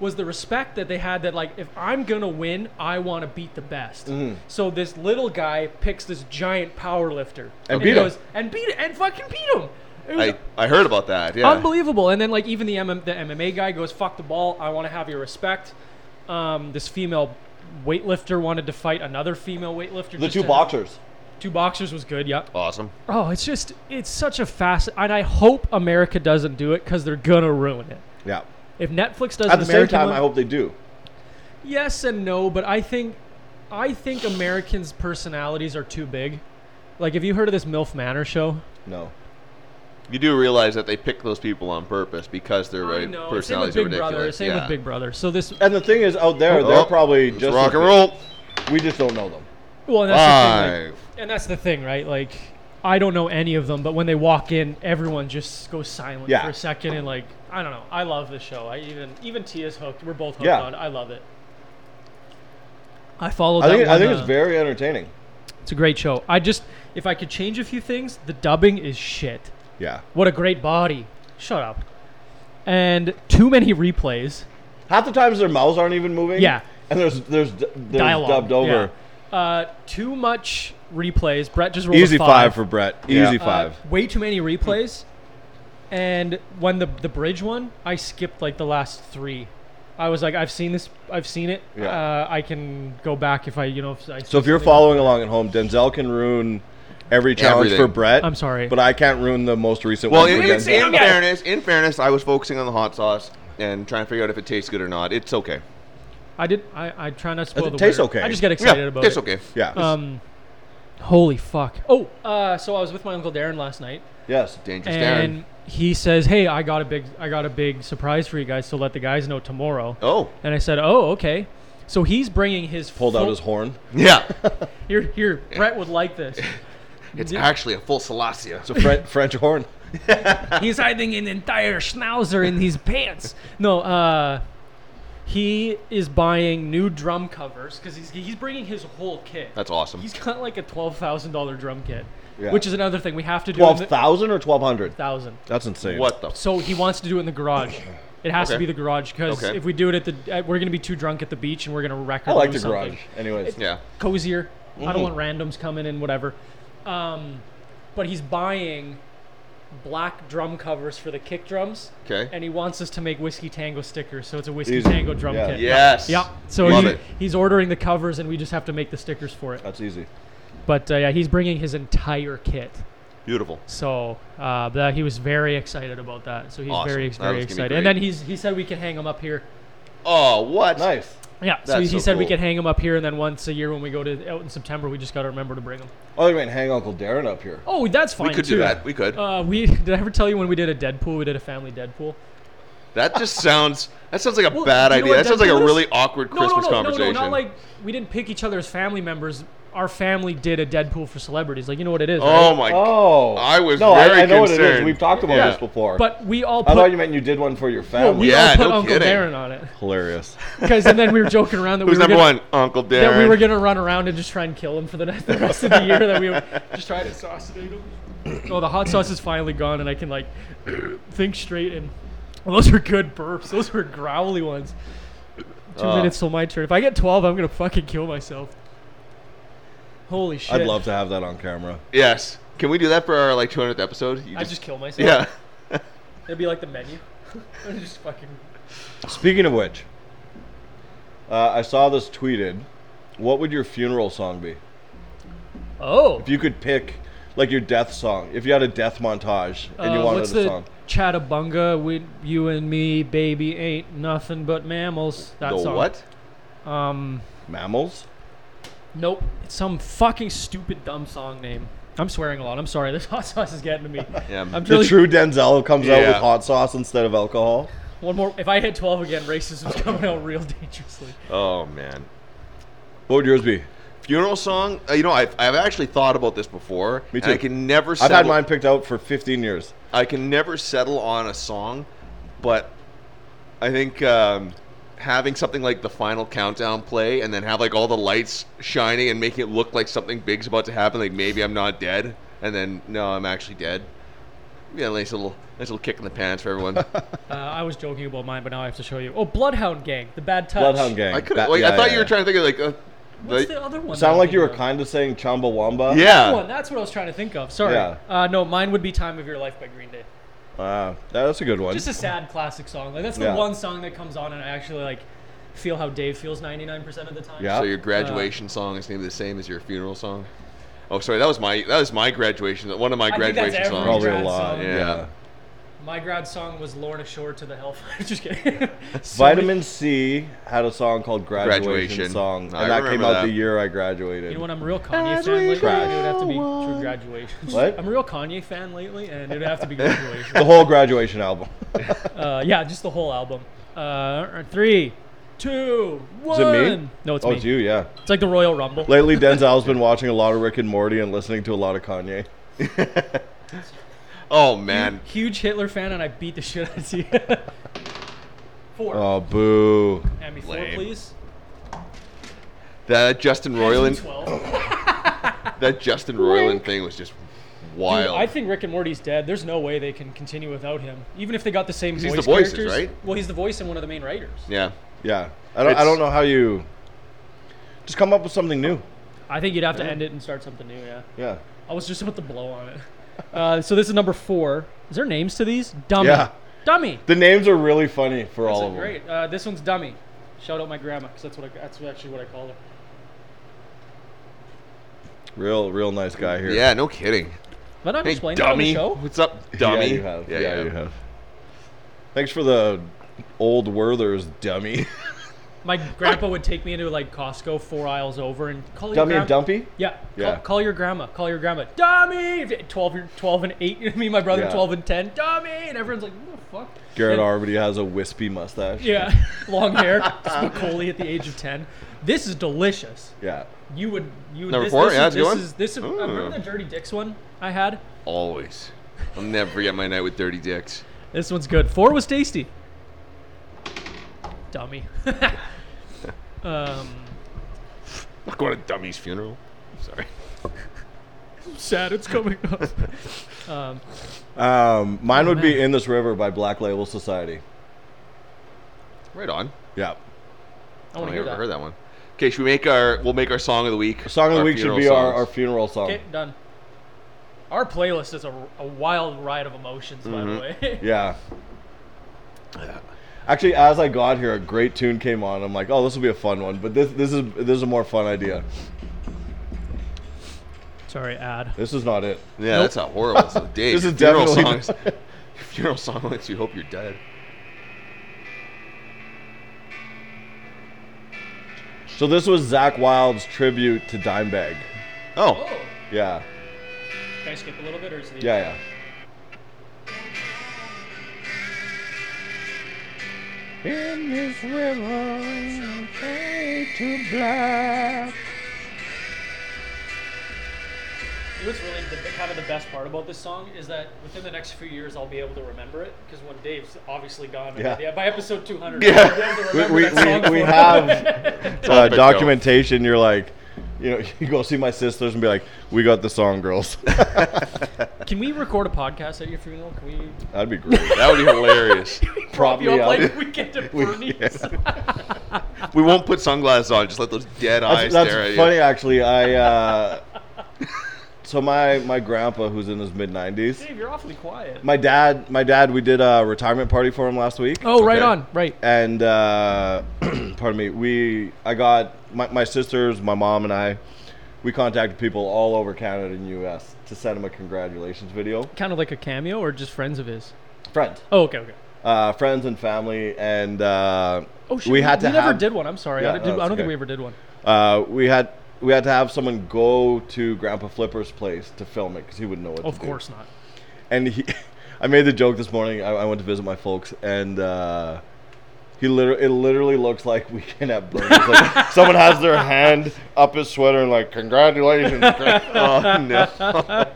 Speaker 4: was the respect that they had that like if I'm gonna win, I want to beat the best.
Speaker 5: Mm-hmm.
Speaker 4: So this little guy picks this giant power lifter
Speaker 5: And beat him.
Speaker 4: goes and beat and fucking beat him. It was
Speaker 3: I, I heard about that, yeah.
Speaker 4: unbelievable. And then like even the MM, the MMA guy goes, "Fuck the ball. I want to have your respect." Um, this female weightlifter wanted to fight another female weightlifter.
Speaker 5: The
Speaker 4: just
Speaker 5: two
Speaker 4: to-
Speaker 5: boxers.
Speaker 4: Two boxers was good. Yeah.
Speaker 3: Awesome.
Speaker 4: Oh, it's just it's such a fast, and I hope America doesn't do it because they're gonna ruin it.
Speaker 5: Yeah.
Speaker 4: If Netflix does
Speaker 5: At
Speaker 4: an
Speaker 5: the same
Speaker 4: American
Speaker 5: time,
Speaker 4: one-
Speaker 5: I hope they do.
Speaker 4: yes and no, but I think I think Americans' personalities are too big. Like, have you heard of this MILF Manor show?
Speaker 5: No.
Speaker 3: You do realize that they pick those people on purpose because their
Speaker 4: I
Speaker 3: right,
Speaker 4: know. Same with
Speaker 3: personalities
Speaker 4: Big
Speaker 3: are ridiculous.
Speaker 4: Brother. Same
Speaker 3: yeah.
Speaker 4: with Big Brother. So this
Speaker 5: And the thing is, out there,
Speaker 3: Oh,
Speaker 5: they're probably
Speaker 3: it's
Speaker 5: just
Speaker 3: rock and roll.
Speaker 5: We just don't know them.
Speaker 4: Well, and that's the thing, like-
Speaker 3: Five.
Speaker 4: and that's the thing, right? Like, I don't know any of them, but when they walk in, everyone just goes silent
Speaker 5: Yeah.
Speaker 4: for a second, and like, I don't know. I love this show. I even even Tia's hooked. We're both hooked
Speaker 5: Yeah.
Speaker 4: on. it. I love it. I follow.
Speaker 5: I think
Speaker 4: that
Speaker 5: I think
Speaker 4: one,
Speaker 5: it's
Speaker 4: uh,
Speaker 5: very entertaining.
Speaker 4: It's a great show. I just, if I could change a few things, the dubbing is shit.
Speaker 5: Yeah.
Speaker 4: What a great body. Shut up. And too many replays.
Speaker 5: Half the times their mouths aren't even moving.
Speaker 4: Yeah.
Speaker 5: And there's there's d- there's
Speaker 4: Dialogue.
Speaker 5: dubbed over.
Speaker 4: yeah. Uh, too much replays. Brett just rolled a
Speaker 5: Easy
Speaker 4: five
Speaker 5: five for Brett.
Speaker 3: Yeah.
Speaker 5: Easy
Speaker 3: Uh,
Speaker 5: five.
Speaker 4: Uh, way too many replays. And when the the bridge one, I skipped like the last three. I was like, I've seen this, I've seen it.
Speaker 5: Yeah.
Speaker 4: Uh, I can go back if I, you know, if I.
Speaker 5: So if you're following along at home, Denzel can ruin every challenge
Speaker 3: Everything.
Speaker 5: for Brett.
Speaker 4: I'm sorry.
Speaker 5: but I can't ruin the most recent
Speaker 3: Well,
Speaker 5: one.
Speaker 3: in,
Speaker 5: for
Speaker 3: in,
Speaker 5: Denzel.
Speaker 3: in fairness, in fairness, I was focusing on the hot sauce and trying to figure out if it tastes good or not. It's okay.
Speaker 4: I did. I, I try not to spoil
Speaker 5: It
Speaker 4: the.
Speaker 5: tastes
Speaker 4: word.
Speaker 5: okay.
Speaker 4: I just get excited
Speaker 3: yeah,
Speaker 4: about
Speaker 3: tastes
Speaker 4: it.
Speaker 3: okay.
Speaker 5: yeah.
Speaker 4: Um, holy fuck! Oh, uh, so I was with my uncle Darren last night,
Speaker 5: yes.
Speaker 3: Dangerous
Speaker 4: and
Speaker 3: Darren.
Speaker 4: he says, "Hey, I got a big, I got a big surprise for you guys. So let the guys know tomorrow."
Speaker 3: Oh,
Speaker 4: And I said, "Oh, okay." So he's bringing his
Speaker 5: Pulled out
Speaker 4: full-
Speaker 5: his horn.
Speaker 3: yeah.
Speaker 5: [laughs]
Speaker 4: Here, here, Brett would like this.
Speaker 3: It's actually a full Salacia. [laughs]
Speaker 5: It's a French, [laughs] French horn.
Speaker 4: He's hiding an entire schnauzer in his pants. No, uh, he is buying new drum covers because he's he's bringing his whole kit.
Speaker 3: That's awesome.
Speaker 4: He's got like a twelve thousand dollar drum kit,
Speaker 5: Yeah.
Speaker 4: which is another thing we have to do.
Speaker 5: Twelve thousand or twelve hundred.
Speaker 4: thousand.
Speaker 5: That's insane.
Speaker 3: What the? F-
Speaker 4: So he wants to do it in the garage. It has to
Speaker 3: Okay.
Speaker 4: be the garage because
Speaker 3: Okay.
Speaker 4: if we do it at the, uh, we're gonna be too drunk at the beach and we're gonna wreck.
Speaker 5: I
Speaker 4: or
Speaker 5: like the
Speaker 4: lose
Speaker 5: garage.
Speaker 4: something.
Speaker 5: Anyways.
Speaker 3: yeah.
Speaker 4: cozier. I
Speaker 3: Mm-hmm.
Speaker 4: don't want randoms coming in, whatever. Um, but he's buying black drum covers for the kick drums,
Speaker 3: Okay.
Speaker 4: and he wants us to make whiskey tango stickers. So it's a whiskey
Speaker 5: Easy.
Speaker 4: tango drum
Speaker 5: Yeah.
Speaker 4: kit.
Speaker 3: Yes.
Speaker 4: Yep. So
Speaker 3: Love
Speaker 4: he-
Speaker 3: it.
Speaker 4: he's ordering the covers, and we just have to make the stickers for it.
Speaker 5: That's easy.
Speaker 4: But uh, yeah, he's bringing his entire kit.
Speaker 3: Beautiful.
Speaker 4: So uh, that he was very excited about that. So he's
Speaker 3: Awesome.
Speaker 4: very
Speaker 3: That was gonna
Speaker 4: very
Speaker 3: be
Speaker 4: excited. And
Speaker 3: great.
Speaker 4: then he's he said we can hang him up here.
Speaker 3: Oh, what?
Speaker 5: Nice.
Speaker 4: Yeah. so
Speaker 3: That's
Speaker 4: he
Speaker 3: so
Speaker 4: said we
Speaker 3: cool.
Speaker 4: could hang him up here, and then once a year when we go to out in September, we just got to remember to bring him.
Speaker 5: Oh, you mean hang Uncle Darren up here?
Speaker 4: Oh, that's fine.
Speaker 3: We could
Speaker 4: too.
Speaker 3: do that. We could.
Speaker 4: Uh, we [laughs] did I ever tell you when we did a Deadpool? We did a family Deadpool.
Speaker 3: that just sounds. That sounds like a
Speaker 4: Well,
Speaker 3: bad
Speaker 4: you know
Speaker 3: idea.
Speaker 4: what
Speaker 3: That sounds like a
Speaker 4: Deadpool is?
Speaker 3: really awkward
Speaker 4: No,
Speaker 3: Christmas
Speaker 4: no, no, no,
Speaker 3: conversation.
Speaker 4: no, not like we didn't pick each other as family members. our family did a Deadpool for celebrities. Like you know what it is,
Speaker 3: Oh
Speaker 4: right?
Speaker 3: my! god.
Speaker 5: Oh,
Speaker 3: I was
Speaker 5: no,
Speaker 3: very
Speaker 5: I, I know what it is.
Speaker 3: concerned.
Speaker 5: We've talked about
Speaker 3: Yeah.
Speaker 5: this before.
Speaker 4: But we all
Speaker 5: I
Speaker 4: put,
Speaker 5: thought you meant you did one for your
Speaker 4: well,
Speaker 5: family.
Speaker 4: we
Speaker 3: Yeah,
Speaker 4: all put
Speaker 3: no
Speaker 4: Uncle
Speaker 3: kidding.
Speaker 4: Darren on it [laughs]
Speaker 5: Hilarious.
Speaker 4: because, and then we were joking around that
Speaker 3: Who's
Speaker 4: we were
Speaker 3: number
Speaker 4: gonna,
Speaker 3: one? Uncle Darren.
Speaker 4: that we were gonna run around and just try and kill him for the, [laughs] the rest of the year. That we would just try to assassinate him.
Speaker 5: [clears throat]
Speaker 4: Oh, the hot sauce is finally gone, and I can like [clears throat] think straight. And well, those were good burps. Those were growly ones. Two
Speaker 5: Uh.
Speaker 4: minutes till my turn. If I get twelve, I'm gonna fucking kill myself. Holy shit!
Speaker 5: I'd love to have that on camera.
Speaker 3: Yes. Can we do that for our like 200th episode? You
Speaker 4: I just kill myself.
Speaker 3: [laughs] yeah.
Speaker 4: It'd be like
Speaker 5: [laughs]
Speaker 4: the menu. [laughs] I'd just fucking.
Speaker 5: Speaking of which, uh, I saw this tweeted. What would your funeral song be?
Speaker 4: Oh.
Speaker 5: If you could pick, like your death song, if you had a death montage and you
Speaker 4: Uh,
Speaker 5: wanted a
Speaker 4: what's the
Speaker 5: song,
Speaker 4: Chattabunga with you and me, baby, ain't nothing but mammals. That
Speaker 3: The
Speaker 4: song.
Speaker 3: what?
Speaker 4: Um.
Speaker 5: mammals.
Speaker 4: Nope. It's some fucking stupid dumb song name. I'm swearing a lot. I'm sorry. [laughs] This hot sauce is getting
Speaker 5: [laughs]
Speaker 4: to me.
Speaker 3: Yeah.
Speaker 4: I'm
Speaker 5: The
Speaker 4: really,
Speaker 5: true Denzel comes out with
Speaker 3: Yeah.
Speaker 5: hot sauce instead of alcohol.
Speaker 4: one more. If I hit 12 again, racism's [laughs] coming out real dangerously.
Speaker 3: Oh man.
Speaker 5: What would yours be?
Speaker 3: Funeral song. Uh, you know, I've, I've actually thought about this before.
Speaker 5: Me
Speaker 3: and I
Speaker 5: too.
Speaker 3: can never.
Speaker 5: I've
Speaker 3: Settle,
Speaker 5: had mine picked out for 15 years.
Speaker 3: I can never settle on a song, but I think um, having something like the final countdown play and then have like all the lights shining and making it look like something big's about to happen. Like maybe I'm not dead, and then no, I'm actually dead. Yeah, nice little nice little kick in the pants for [laughs] everyone.
Speaker 4: Uh, I was joking about mine, but now I have to show you. Oh, Bloodhound Gang, the bad touch.
Speaker 5: Bloodhound Gang.
Speaker 3: I could.
Speaker 5: That-
Speaker 3: not Wait,
Speaker 5: yeah,
Speaker 3: I thought
Speaker 5: yeah,
Speaker 3: you were
Speaker 5: yeah.
Speaker 3: trying to think of like. Uh,
Speaker 4: What's
Speaker 3: the-
Speaker 4: the other one? that
Speaker 5: Sound
Speaker 4: I'm
Speaker 5: like you were
Speaker 4: thinking of?
Speaker 5: kind of saying Chumbawamba.
Speaker 3: yeah.
Speaker 4: one. That's what I was trying to think of. Sorry.
Speaker 5: Yeah.
Speaker 4: Uh, no, mine would be "Time of Your Life" by Green Day.
Speaker 5: Ah, that's a good one.
Speaker 4: Just a sad classic song. Like that's the
Speaker 5: Yeah.
Speaker 4: one song that comes on and I actually like feel how Dave feels 99% of the time.
Speaker 5: Yeah.
Speaker 3: So your graduation
Speaker 4: Uh.
Speaker 3: song is maybe the same as your funeral song. Oh, sorry, that was my that was my graduation. One of my
Speaker 4: I think that's
Speaker 3: graduation songs.
Speaker 4: every
Speaker 5: Probably a
Speaker 4: grad
Speaker 5: lot.
Speaker 4: song.
Speaker 5: Yeah.
Speaker 3: Yeah.
Speaker 4: My grad song was "Lorna Shore to the Hellfire." [laughs] Just kidding. So many-
Speaker 5: Vitamin C had a song called Graduation,
Speaker 3: Graduation.
Speaker 5: Song, and
Speaker 3: I
Speaker 5: that came
Speaker 3: remember
Speaker 5: out
Speaker 3: that.
Speaker 5: the year I graduated.
Speaker 4: You know what? I'm a real Kanye fan lately. and It would have to be True Graduation.
Speaker 5: What?
Speaker 4: [laughs] I'm a real Kanye fan lately, and it would have to be
Speaker 5: [laughs]
Speaker 4: Graduation.
Speaker 5: the whole Graduation album.
Speaker 4: [laughs] uh, yeah, just the whole album. Uh, three, two, one. No, it's
Speaker 5: oh,
Speaker 4: me.
Speaker 5: it's you, yeah.
Speaker 4: It's like the Royal Rumble.
Speaker 5: Lately, Denzel's been watching a lot of Rick and Morty and listening to a lot of Kanye.
Speaker 3: Oh man,
Speaker 4: Huge Hitler fan, and I beat the shit out of you. [laughs] Four.
Speaker 5: Oh, boo.
Speaker 4: Hand me four,
Speaker 3: lame.
Speaker 4: please.
Speaker 3: that Justin Roiland,
Speaker 4: 12.
Speaker 3: that Justin Roiland thing was just wild.
Speaker 4: I think Rick and Morty's dead. There's no way they can continue without him. Even if they got the same voice
Speaker 3: he's the voices,
Speaker 4: characters.
Speaker 3: right?
Speaker 4: Well, he's the voice and one of the main writers.
Speaker 3: yeah,
Speaker 5: Yeah. I don't, I
Speaker 3: It's-
Speaker 5: don't know how you. Just come up with something new.
Speaker 4: I think you'd have to end it and start something new, yeah.
Speaker 5: Yeah.
Speaker 4: I was just about to blow on it. Uh, so this is number four. Is there names to these? Dummy.
Speaker 5: Yeah.
Speaker 4: Dummy.
Speaker 5: The names are really funny for
Speaker 4: That's
Speaker 5: all
Speaker 4: a
Speaker 5: of
Speaker 4: great. Uh, this one's Dummy. Shout out my grandma, because that's, what I- that's actually what I call her.
Speaker 5: them. Real, real nice guy here.
Speaker 3: yeah, no kidding.
Speaker 4: Have I not
Speaker 3: Hey,
Speaker 4: explained
Speaker 3: dummy,
Speaker 4: that on the show?
Speaker 3: what's up, dummy?
Speaker 5: Yeah, you have.
Speaker 3: Yeah,
Speaker 5: Yeah,
Speaker 3: yeah.
Speaker 5: you have. Thanks for the old Werther's dummy.
Speaker 4: My grandpa would take me into like Costco four aisles over and call
Speaker 5: dummy
Speaker 4: your
Speaker 5: and
Speaker 4: grandma.
Speaker 5: Dumpy?
Speaker 4: Yeah.
Speaker 5: Yeah.
Speaker 4: Call, call your grandma. Call your grandma. Dummy. If- Twelve. You're twelve and eight. [laughs] You know, me and my brother.
Speaker 5: Yeah.
Speaker 4: Twelve and ten. Dummy. And everyone's like, what the fuck?
Speaker 5: Garrett
Speaker 4: And-
Speaker 5: already has a wispy mustache.
Speaker 4: Yeah. [laughs] Long hair. Spicoli at the age of ten. This is delicious.
Speaker 5: [laughs] Yeah.
Speaker 4: You would. You would.
Speaker 3: Number
Speaker 4: this,
Speaker 3: four?
Speaker 4: This
Speaker 3: Yeah,
Speaker 4: is,
Speaker 3: that's a good
Speaker 4: this
Speaker 3: one.
Speaker 4: is this. Is, remember
Speaker 3: Ooh.
Speaker 4: the Dirty Dicks one I had?
Speaker 3: Always. I'll never forget my night with Dirty Dicks.
Speaker 4: This one's good. Four was tasty. Dummy. [laughs] um,
Speaker 3: Not going to Dummy's funeral. Sorry.
Speaker 4: sad. It's coming
Speaker 3: [laughs]
Speaker 4: up. um,
Speaker 5: Um, mine would be
Speaker 4: Oh, man.
Speaker 5: In This River by Black Label Society.
Speaker 3: Right on.
Speaker 5: Yeah.
Speaker 4: I
Speaker 3: I
Speaker 4: want to hear
Speaker 3: never
Speaker 4: that.
Speaker 3: heard that one. Okay, should we make our? We'll make our song of the week.
Speaker 5: Song of the week should
Speaker 3: funeral
Speaker 5: be our,
Speaker 3: songs.
Speaker 5: our funeral song.
Speaker 4: Okay, done. Our playlist is a, a wild ride of emotions, by
Speaker 3: Mm-hmm.
Speaker 4: the way.
Speaker 5: Yeah. Actually, as I got here, a great tune came on. I'm like, oh, this will be a fun one. But this this is this is a more fun idea.
Speaker 4: [laughs] Sorry, ad.
Speaker 5: This is not it.
Speaker 3: Yeah, that's a horrible. So,
Speaker 5: [laughs]
Speaker 3: Dave,
Speaker 5: This
Speaker 3: your
Speaker 5: is
Speaker 3: funeral
Speaker 5: definitely-
Speaker 3: songs. your [laughs] funeral song lets you hope you're dead.
Speaker 5: [laughs] So this was Zach Wilde's tribute to Dimebag.
Speaker 3: Oh,
Speaker 4: Oh,
Speaker 5: Yeah.
Speaker 4: can I skip a little bit, or is it?
Speaker 5: Yeah, yeah. In this Uh, river, fade to black.
Speaker 4: kind of the best part about this song is that within the next few years I'll be able to remember it because when Dave's obviously gone,
Speaker 5: Yeah.
Speaker 4: yeah. by episode 200,
Speaker 5: Yeah.
Speaker 4: I'll be able to
Speaker 5: We,
Speaker 4: remember
Speaker 5: we,
Speaker 4: that song
Speaker 5: we, we
Speaker 4: for-
Speaker 5: have
Speaker 3: on
Speaker 5: uh,
Speaker 3: Vimeo.
Speaker 5: documentation. You're like, you know, [laughs] you go see my sisters and be like, we got the song, girls.
Speaker 4: [laughs]
Speaker 5: [laughs]
Speaker 4: Can we record a podcast at your funeral? Can we
Speaker 5: That'd be [laughs] great.
Speaker 3: That would be hilarious.
Speaker 4: prop you
Speaker 5: me
Speaker 4: up
Speaker 5: up.
Speaker 4: like we
Speaker 5: [laughs]
Speaker 4: get to Bernie's?
Speaker 3: we won't put sunglasses on. Just let those dead eyes
Speaker 5: That's, that's
Speaker 3: stare at
Speaker 5: funny,
Speaker 3: you.
Speaker 5: actually. I uh, [laughs] so my my grandpa, who's in his mid 90s,
Speaker 4: Dave, you're awfully quiet.
Speaker 5: my dad, my dad, we did a retirement party for him last week.
Speaker 4: oh, right
Speaker 3: Okay.
Speaker 4: on, right.
Speaker 5: and uh, [clears throat] pardon me, we I got my, my sisters, my mom, and I. We contacted people all over Canada and U.S. to send them a congratulations video.
Speaker 4: Kind of like a cameo or just friends of his?
Speaker 5: Friends,
Speaker 4: Oh, okay, okay.
Speaker 5: uh, friends and family, and uh,
Speaker 4: Oh, shit.
Speaker 5: we had to
Speaker 4: never
Speaker 5: have
Speaker 4: did one. I'm sorry.
Speaker 5: Yeah,
Speaker 4: I, did,
Speaker 5: no,
Speaker 4: I
Speaker 5: it's
Speaker 4: don't
Speaker 5: okay.
Speaker 4: think we ever did one.
Speaker 5: uh, we had we had to have someone go to Grandpa Flipper's place to film it because he wouldn't know what.
Speaker 4: Of
Speaker 5: to do.
Speaker 4: course not.
Speaker 5: and he, [laughs] I made the joke this morning. I, I went to visit my folks, and uh, he literally, it literally looks like [laughs] weekend at Bernie's. Like someone has their hand up his sweater and like, congratulations. [laughs] Grandpa."
Speaker 3: Oh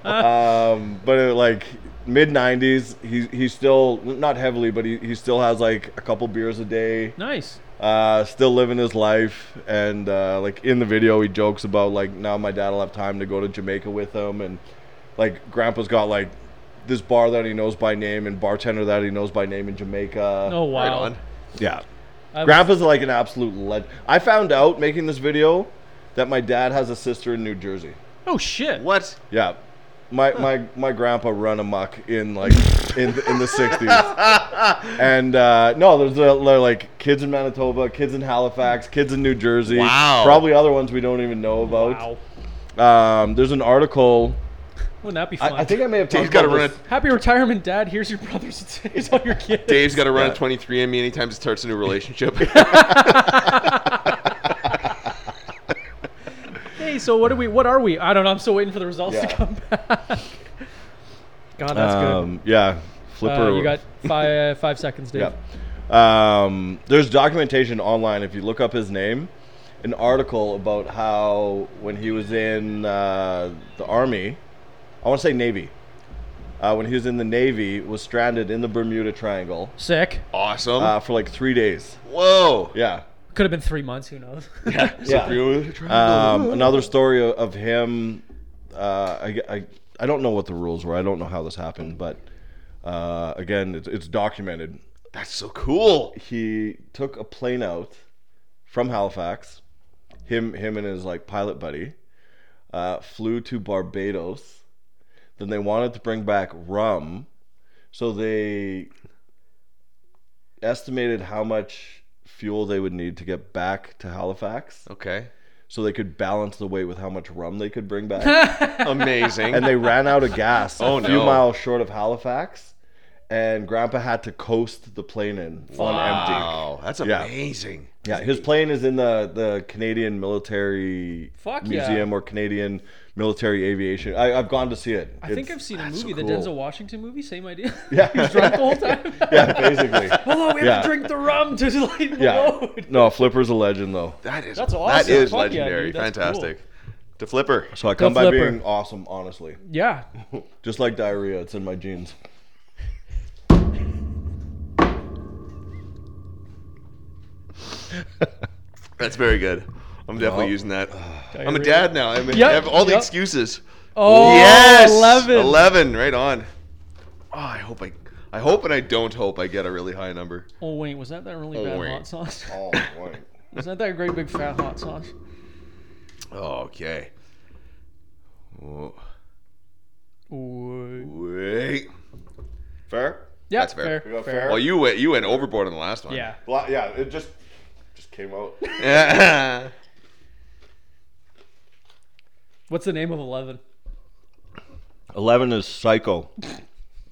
Speaker 3: no!
Speaker 5: um, but it, like mid '90s, he he's still not heavily, but he, he still has like a couple beers a day.
Speaker 4: Nice.
Speaker 5: Uh, still living his life, and uh, like in the video, he jokes about like now my dad will have time to go to Jamaica with him, and like Grandpa's got like this bar that he knows by name and bartender that he knows by name in Jamaica.
Speaker 4: Oh, wow.
Speaker 3: Right on.
Speaker 5: yeah,
Speaker 4: I was-
Speaker 5: Grandpa's like an absolute legend. I found out making this video that my dad has a sister in New Jersey.
Speaker 4: Oh, shit.
Speaker 3: What?
Speaker 5: Yeah. My, my my grandpa run amok in like in the, in the
Speaker 4: [laughs]
Speaker 5: sixties, and uh, no, there's uh, there are, like kids in Manitoba, kids in Halifax, kids in New Jersey,
Speaker 3: Wow.
Speaker 5: probably other ones we don't even know about.
Speaker 4: Wow.
Speaker 5: Um, there's an article.
Speaker 4: Wouldn't that be fun?
Speaker 5: I, I think I may have
Speaker 3: Dave's
Speaker 5: talked
Speaker 3: got to
Speaker 5: about [laughs]
Speaker 3: run.
Speaker 5: this.
Speaker 3: a-
Speaker 4: Happy retirement, Dad. Here's your brothers [laughs] and sisters. Here's all your kids.
Speaker 3: Dave's got to run
Speaker 5: Yeah.
Speaker 3: a 23andMe anytime he starts a new
Speaker 5: [laughs]
Speaker 3: relationship.
Speaker 4: Hey, so what are we? What are we? I don't know. I'm still waiting for the results
Speaker 5: Yeah.
Speaker 4: to come back. [laughs] God, that's
Speaker 5: Um, yeah,
Speaker 4: good.
Speaker 5: flipper.
Speaker 4: Uh, you got five [laughs] five seconds, Dave.
Speaker 5: Yep. Um, there's documentation online if you look up his name, an article about how when he was in uh, the army, I want to say navy, uh, when he was in the navy, was stranded in the Bermuda Triangle
Speaker 4: Sick.
Speaker 3: awesome.
Speaker 5: uh, for like three days.
Speaker 3: Whoa.
Speaker 5: Yeah.
Speaker 4: Could have been three months.
Speaker 5: [laughs]
Speaker 4: Who knows? [laughs]
Speaker 5: Um, another story o- of him. Uh, I, I, I don't know what the rules were. I don't know how this happened, but uh, again, it's, it's documented.
Speaker 3: That's so cool.
Speaker 5: he took a plane out from Halifax. Him, him, and his like pilot buddy uh, flew to Barbados. Then they wanted to bring back rum, so they estimated how much fuel they would need to get back to Halifax, [laughs]
Speaker 3: Okay.
Speaker 5: so they could balance the weight with how much rum they could bring back.
Speaker 3: Amazing.
Speaker 5: and they ran out of gas
Speaker 3: [laughs]
Speaker 5: a
Speaker 3: Oh,
Speaker 5: few
Speaker 3: no.
Speaker 5: miles short of Halifax, and Grandpa had to coast the plane in on empty.
Speaker 3: Wow, that's
Speaker 5: Yeah.
Speaker 3: amazing.
Speaker 5: Yeah, his plane is in the, the Canadian Military
Speaker 4: Fuck yeah.
Speaker 5: Museum or Canadian Military Aviation. I, I've gone to see it.
Speaker 4: I think
Speaker 5: It's-
Speaker 4: I've seen a
Speaker 3: that's so
Speaker 4: movie, the
Speaker 3: cool.
Speaker 4: Denzel Washington movie. Same idea. [laughs]
Speaker 5: Yeah. [laughs]
Speaker 4: he was drunk the whole time. [laughs]
Speaker 5: Yeah, basically.
Speaker 4: Hello, we have
Speaker 5: Yeah.
Speaker 4: to drink the rum to lighten the
Speaker 5: yeah.
Speaker 4: load.
Speaker 5: No, Flipper's a legend though.
Speaker 3: That is
Speaker 4: That's
Speaker 3: That
Speaker 4: awesome.
Speaker 3: is
Speaker 4: Fuck yeah,
Speaker 3: legendary.
Speaker 4: dude, that's
Speaker 3: Fantastic. To flipper.
Speaker 5: So I come by
Speaker 4: Flipper.
Speaker 5: being awesome, honestly.
Speaker 4: Yeah.
Speaker 5: Just like diarrhea, it's in my genes.
Speaker 3: That's very good. I'm definitely
Speaker 5: Well,
Speaker 3: using that. I'm a
Speaker 4: Diarrhea.
Speaker 3: dad now. I, mean,
Speaker 4: Yep,
Speaker 3: I have all the
Speaker 4: yep.
Speaker 3: excuses.
Speaker 4: Oh,
Speaker 3: yes,
Speaker 4: 11.
Speaker 3: 11, right on. Oh, I hope I, I hope and I don't hope I get a really high number.
Speaker 4: Oh wait, was that that really
Speaker 3: Oh,
Speaker 4: bad
Speaker 3: wait.
Speaker 4: hot sauce? [laughs]
Speaker 5: Oh, boy.
Speaker 4: Was that that great big fat hot sauce?
Speaker 3: Okay. Oh,
Speaker 4: Ooh.
Speaker 3: wait.
Speaker 5: Fair?
Speaker 4: Yeah,
Speaker 3: That's fair.
Speaker 5: We got
Speaker 4: fair.
Speaker 5: fair.
Speaker 3: Well, you went you went overboard on the last one.
Speaker 4: Yeah.
Speaker 5: Well, yeah, it just just came out.
Speaker 3: [laughs] Yeah.
Speaker 4: What's the name of eleven?
Speaker 5: 11 is Psycho.
Speaker 4: Yeah,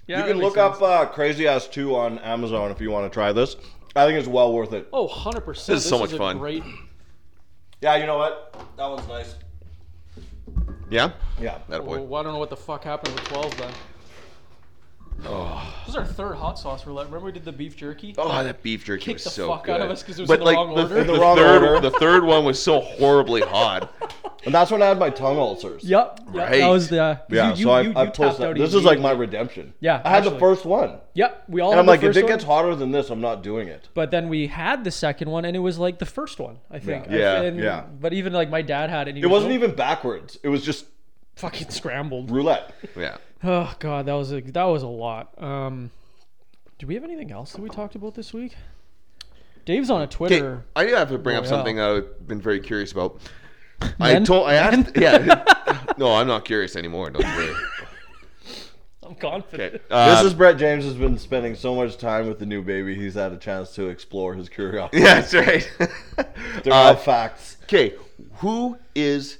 Speaker 5: You
Speaker 4: that
Speaker 5: can
Speaker 4: makes
Speaker 5: look
Speaker 4: sense.
Speaker 5: up uh, Crazy Ass 2 on Amazon if you want to try this. I think it's well worth it.
Speaker 4: Oh, 100%. This
Speaker 3: is so much
Speaker 4: a
Speaker 3: fun.
Speaker 4: Great...
Speaker 5: Yeah, you know what? That one's nice.
Speaker 3: yeah.
Speaker 5: Yeah.
Speaker 3: That boy.
Speaker 4: Well, I don't know what the fuck happened with 12 then. This is our third hot sauce roulette. Remember we did the beef jerky?
Speaker 3: Oh, that beef jerky
Speaker 4: Kicked
Speaker 3: was
Speaker 4: the
Speaker 3: so
Speaker 4: fuck
Speaker 3: good.
Speaker 4: out of us 'cause it was
Speaker 3: but
Speaker 4: in the
Speaker 3: like
Speaker 4: wrong
Speaker 3: the,
Speaker 4: order.
Speaker 3: the
Speaker 5: The wrong
Speaker 3: third,
Speaker 5: order.
Speaker 3: the third one was so horribly hot. [laughs]
Speaker 5: And that's when I had my tongue ulcers.
Speaker 4: Yep. yep
Speaker 3: Right.
Speaker 4: That was the. 'cause
Speaker 5: Yeah,
Speaker 4: You, you,
Speaker 5: so I,
Speaker 4: you, you
Speaker 5: I've
Speaker 4: tapped
Speaker 5: closed
Speaker 4: out
Speaker 5: that. This is like my
Speaker 4: immediately.
Speaker 5: redemption.
Speaker 4: Yeah,
Speaker 5: I had the
Speaker 4: actually.
Speaker 5: first one.
Speaker 4: Yep. We all.
Speaker 5: And
Speaker 4: had
Speaker 5: I'm
Speaker 4: the
Speaker 5: like, if
Speaker 4: first
Speaker 5: it
Speaker 4: one,
Speaker 5: gets hotter than this, I'm not doing it.
Speaker 4: But then we had the second one, and it was like the first one. I think.
Speaker 5: Yeah.
Speaker 3: Yeah,
Speaker 4: And-
Speaker 5: yeah.
Speaker 4: But even like my dad had it. and he
Speaker 5: It
Speaker 4: was
Speaker 5: wasn't
Speaker 4: all
Speaker 5: even backwards. It was just
Speaker 4: fucking scrambled.
Speaker 5: roulette.
Speaker 3: Yeah.
Speaker 4: Oh god, that was a, that was a lot. Um, do we have anything else that we talked about this week? Dave's on a
Speaker 3: Okay,
Speaker 4: Twitter.
Speaker 3: I do have to bring up
Speaker 4: yeah.
Speaker 3: something I've been very curious about. I
Speaker 4: Oh, Men?
Speaker 3: told I asked
Speaker 4: [laughs]
Speaker 3: yeah. no, I'm not curious anymore. Don't you worry.
Speaker 4: I'm confident.
Speaker 3: Okay. Uh,
Speaker 5: [laughs] this is Brett James has been spending so much time with the new baby. He's had a chance to explore his curiosity.
Speaker 3: yeah, that's right.
Speaker 5: [laughs]
Speaker 3: Uh,
Speaker 5: They're all facts.
Speaker 3: Okay, who is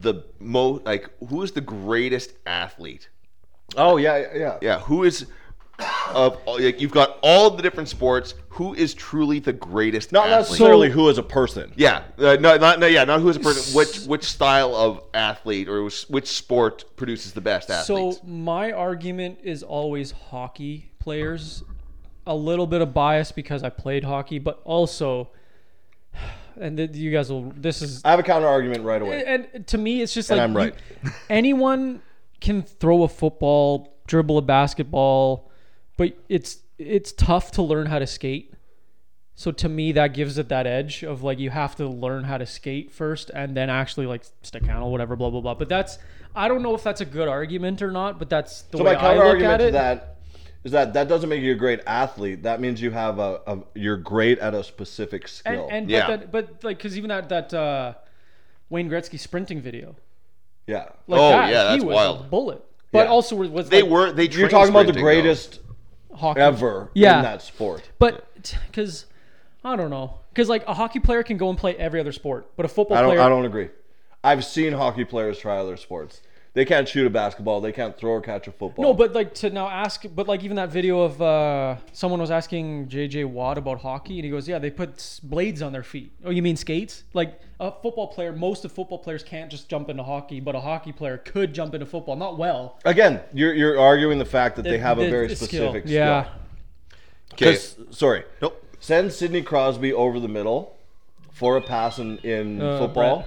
Speaker 3: the mo like who is the greatest athlete?
Speaker 5: Oh yeah, yeah,
Speaker 3: Yeah, who is of all- like you've got all the different sports. Who is truly the greatest?
Speaker 5: Not
Speaker 3: athlete?
Speaker 5: necessarily who is a person.
Speaker 3: Yeah, uh, no, not no, yeah, not who is a person.
Speaker 5: [laughs]
Speaker 3: Which which style of athlete or which- which sport produces the best
Speaker 4: So
Speaker 3: athletes?
Speaker 4: my argument is always hockey players. A little bit of bias because I played hockey, but also, [sighs] and th- you guys will. This is
Speaker 5: I have a counter argument right away.
Speaker 4: and to me, it's just
Speaker 5: And
Speaker 4: like
Speaker 5: I'm right.
Speaker 4: Uh, you- anyone can throw a football, dribble a basketball, but it's it's tough to learn how to skate. So to me, that gives it that edge of like you have to learn how to skate first, and then actually like stick handle, whatever, blah blah blah. But that's I don't know if that's a good argument or not, but that's the
Speaker 5: So
Speaker 4: way
Speaker 5: my
Speaker 4: I
Speaker 5: counter
Speaker 4: look at
Speaker 5: argument to
Speaker 4: it.
Speaker 5: that is that that doesn't make you a great athlete. That means you have a, a you're great at a specific
Speaker 4: and
Speaker 5: skill.
Speaker 4: and
Speaker 3: Yeah.
Speaker 4: but, that, but like because even that that uh, Wayne Gretzky sprinting video,
Speaker 5: yeah,
Speaker 4: like
Speaker 3: Oh,
Speaker 4: that,
Speaker 3: yeah,
Speaker 4: he
Speaker 3: that's
Speaker 4: was a
Speaker 3: wild.
Speaker 4: bullet. But
Speaker 5: Yeah.
Speaker 4: also was
Speaker 3: they
Speaker 4: like,
Speaker 3: were they.
Speaker 5: you're
Speaker 3: trained
Speaker 5: talking about the
Speaker 3: sprinting, though.
Speaker 5: greatest
Speaker 4: hockey
Speaker 5: ever
Speaker 4: Yeah.
Speaker 5: in that sport.
Speaker 4: But because I don't know, because like a hockey player can go and play every other sport, but a football
Speaker 5: I don't
Speaker 4: player
Speaker 5: I don't agree. I've seen hockey players try other sports. They can't shoot a basketball. They can't throw or catch a football.
Speaker 4: No, but like to now ask, but like even that video of uh, someone was asking JJ Watt about hockey, and he goes, "Yeah, they put s- blades on their feet." Oh, you mean skates? Like a football player, most of football players can't just jump into hockey, but a hockey player could jump into football. Not well.
Speaker 5: again, you're you're arguing the fact that they have a
Speaker 4: The-
Speaker 5: very
Speaker 4: the
Speaker 5: specific skill.
Speaker 4: Yeah,
Speaker 3: Okay.
Speaker 5: 'Cause- sorry.
Speaker 3: Nope.
Speaker 5: Send Sidney Crosby over the middle for a pass in, in
Speaker 4: Uh,
Speaker 5: football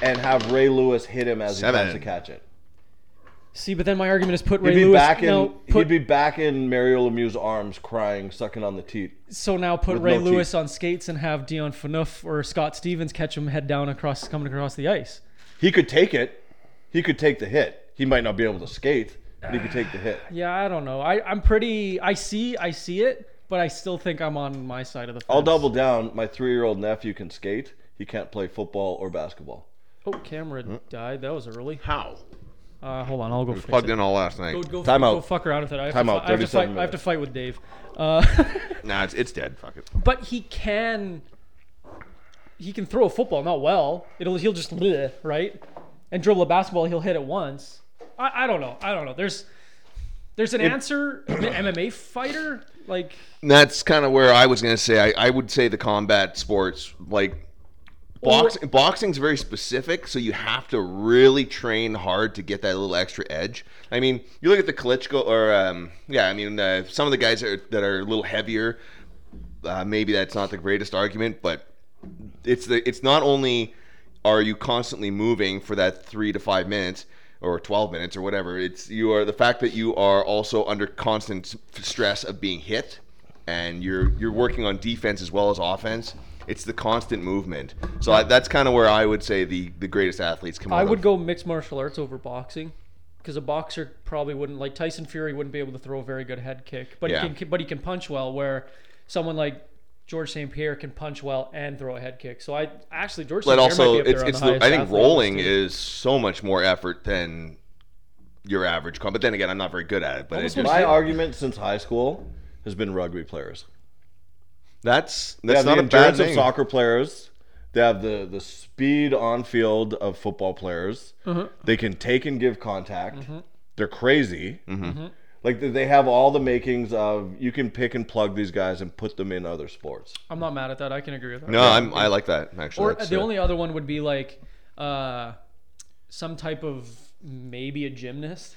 Speaker 5: and have Ray Lewis hit him as he
Speaker 3: Seven.
Speaker 5: comes to catch it.
Speaker 4: see, but then my argument is put
Speaker 5: He'd
Speaker 4: Ray
Speaker 5: be
Speaker 4: Lewis.
Speaker 5: back in
Speaker 4: no, put,
Speaker 5: he'd be back in Mario Lemieux's arms crying, sucking on the teeth.
Speaker 4: so now put
Speaker 5: with
Speaker 4: Ray
Speaker 5: no
Speaker 4: Lewis
Speaker 5: teeth.
Speaker 4: on skates and have Dion Phaneuf or Scott Stevens catch him head down across coming across the ice.
Speaker 5: He could take it. He could take the hit. He might not be able to skate, but he could take the hit.
Speaker 4: Yeah, I don't know. I, I'm pretty. I see. I see it, but I still think I'm on my side of the. Fence.
Speaker 5: I'll double down. My three year old nephew can skate. He can't play football or basketball.
Speaker 4: Oh, camera died. That was early.
Speaker 3: How?
Speaker 4: Uh, hold on. I'll go. Fix
Speaker 3: Plugged
Speaker 4: it.
Speaker 3: in all last night.
Speaker 4: Go, go,
Speaker 5: Time
Speaker 4: go
Speaker 5: out.
Speaker 4: fuck around with it. I have,
Speaker 5: Time
Speaker 4: to,
Speaker 5: out,
Speaker 4: fi- I have to
Speaker 5: 37
Speaker 4: fight. I have to fight with Dave. Uh,
Speaker 5: [laughs]
Speaker 4: [laughs]
Speaker 3: Nah, it's, it's dead. Fuck it.
Speaker 4: but he can. He can throw a football, not well. It'll he'll just bleh, right, and dribble a basketball. He'll hit it once. I, I don't know. I don't know. There's there's an answer. An MMA fighter like
Speaker 3: that's kind of where I was gonna say. I, I would say the combat sports like box, boxing's very specific, so you have to really train hard to get that little extra edge. I mean, you look at the Klitschko, or um, yeah, I mean, uh, some of the guys that are, that are a little heavier. Uh, maybe that's not the greatest argument, but it's the it's not only are you constantly moving for that three to five minutes or 12 minutes or whatever it's you are the fact that you are also under constant s- stress of being hit and you're you're working on defense as well as offense it's the constant movement so I, that's kind of where i would say the the greatest athletes come out
Speaker 4: I would
Speaker 3: of.
Speaker 4: go mixed martial arts over boxing because a boxer probably wouldn't like Tyson Fury wouldn't be able to throw a very good head kick, but
Speaker 3: Yeah.
Speaker 4: he can but he can punch well. Where someone like George St Pierre can punch well and throw a head kick. So I actually George St
Speaker 3: but
Speaker 4: Pierre
Speaker 3: also
Speaker 4: might be up
Speaker 3: it's
Speaker 4: there
Speaker 3: it's
Speaker 4: on the
Speaker 3: the,
Speaker 4: highest
Speaker 3: i think
Speaker 4: athlete levels,
Speaker 3: rolling
Speaker 4: too.
Speaker 3: is so much more effort than your average comp but then again i'm not very good at it but it's just,
Speaker 5: My argument since high school has been rugby players.
Speaker 3: that's
Speaker 5: They
Speaker 3: that's
Speaker 5: have
Speaker 3: not
Speaker 5: the
Speaker 3: a bad
Speaker 5: endurance
Speaker 3: thing
Speaker 5: of soccer players. They have the, the speed on field of football players.
Speaker 3: Mm-hmm.
Speaker 5: They can take and give contact. They're crazy.
Speaker 3: Mm-hmm.
Speaker 5: Like they- they have all the makings of you can pick and plug these guys and put them in other sports.
Speaker 4: I'm not mad at that. I can agree with that.
Speaker 3: no i'm i like that actually
Speaker 4: Or
Speaker 3: That's,
Speaker 4: the
Speaker 3: uh,
Speaker 4: only other one would be like uh, some type of maybe a gymnast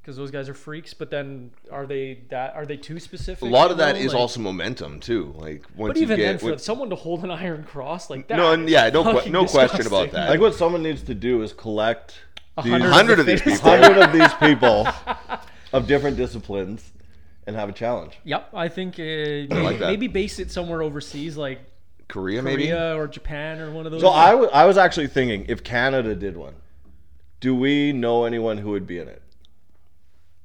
Speaker 4: because those guys are freaks. But then, are they that? Are they too specific?
Speaker 3: A lot of that
Speaker 4: though?
Speaker 3: is
Speaker 4: Like-
Speaker 3: also momentum too. Like once
Speaker 4: But
Speaker 3: you
Speaker 4: even
Speaker 3: get
Speaker 4: then, for
Speaker 3: when-
Speaker 4: someone to hold an iron cross like that,
Speaker 3: no, and yeah, no, que-
Speaker 4: fucking
Speaker 3: no question about
Speaker 4: disgusting.
Speaker 3: that.
Speaker 5: Like what someone needs to do is collect these
Speaker 4: hundred
Speaker 3: hundred of these
Speaker 4: Fist.
Speaker 3: people.
Speaker 5: hundred of these people of different disciplines and have a challenge.
Speaker 4: Yep,
Speaker 3: [clears throat]
Speaker 4: I think uh,
Speaker 3: like
Speaker 4: maybe,
Speaker 3: that.
Speaker 4: maybe base it somewhere overseas, like
Speaker 3: Korea, maybe.
Speaker 4: Korea or Japan or one of those. Uh,
Speaker 5: So I wa- I was actually thinking if Canada did one, do we know anyone who would be in it?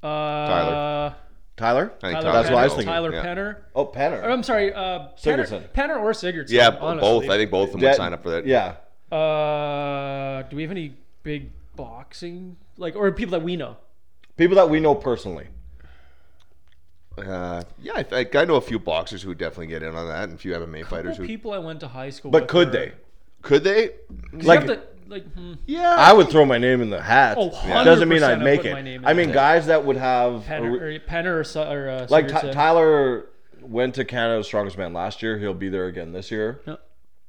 Speaker 4: uh,
Speaker 3: Tyler.
Speaker 5: Tyler?
Speaker 3: I think
Speaker 4: Tyler
Speaker 3: Tyler
Speaker 5: That's what I was
Speaker 3: Penn-
Speaker 5: thinking.
Speaker 4: Tyler
Speaker 3: yeah.
Speaker 4: Penner.
Speaker 5: Oh,
Speaker 4: Or,
Speaker 5: Penner.
Speaker 4: I'm sorry, uh, Penner,
Speaker 5: Sigurdsson.
Speaker 4: Penner or Sigurdsson.
Speaker 3: Yeah, b-
Speaker 4: honestly.
Speaker 3: both. I think both of them
Speaker 5: That-
Speaker 3: would sign up for that.
Speaker 5: Yeah.
Speaker 4: Uh, do we have any big boxing like or people that we know?
Speaker 5: People that we know personally.
Speaker 3: uh, yeah. I, think I know a few boxers who would definitely get in on that, and a few MMA fighters who
Speaker 4: people I went to high school.
Speaker 5: But
Speaker 4: with
Speaker 5: could
Speaker 4: were-
Speaker 5: they?
Speaker 3: could they.
Speaker 4: You have
Speaker 5: Like
Speaker 4: to, like hmm,
Speaker 3: Yeah,
Speaker 5: I would throw my name in the hat.
Speaker 4: Oh,
Speaker 5: It Doesn't mean
Speaker 4: 100%
Speaker 5: I'd
Speaker 4: I'd
Speaker 5: make
Speaker 4: put
Speaker 5: it.
Speaker 4: my name in
Speaker 5: I
Speaker 4: the
Speaker 5: mean,
Speaker 4: hat.
Speaker 5: guys that would have a
Speaker 4: Penner
Speaker 5: re-
Speaker 4: or Penner or, Su- or uh,
Speaker 5: like Ty
Speaker 4: Sigurdsson.
Speaker 5: Tyler went to Canada's Strongest Man last year. He'll be there again this year.
Speaker 4: No.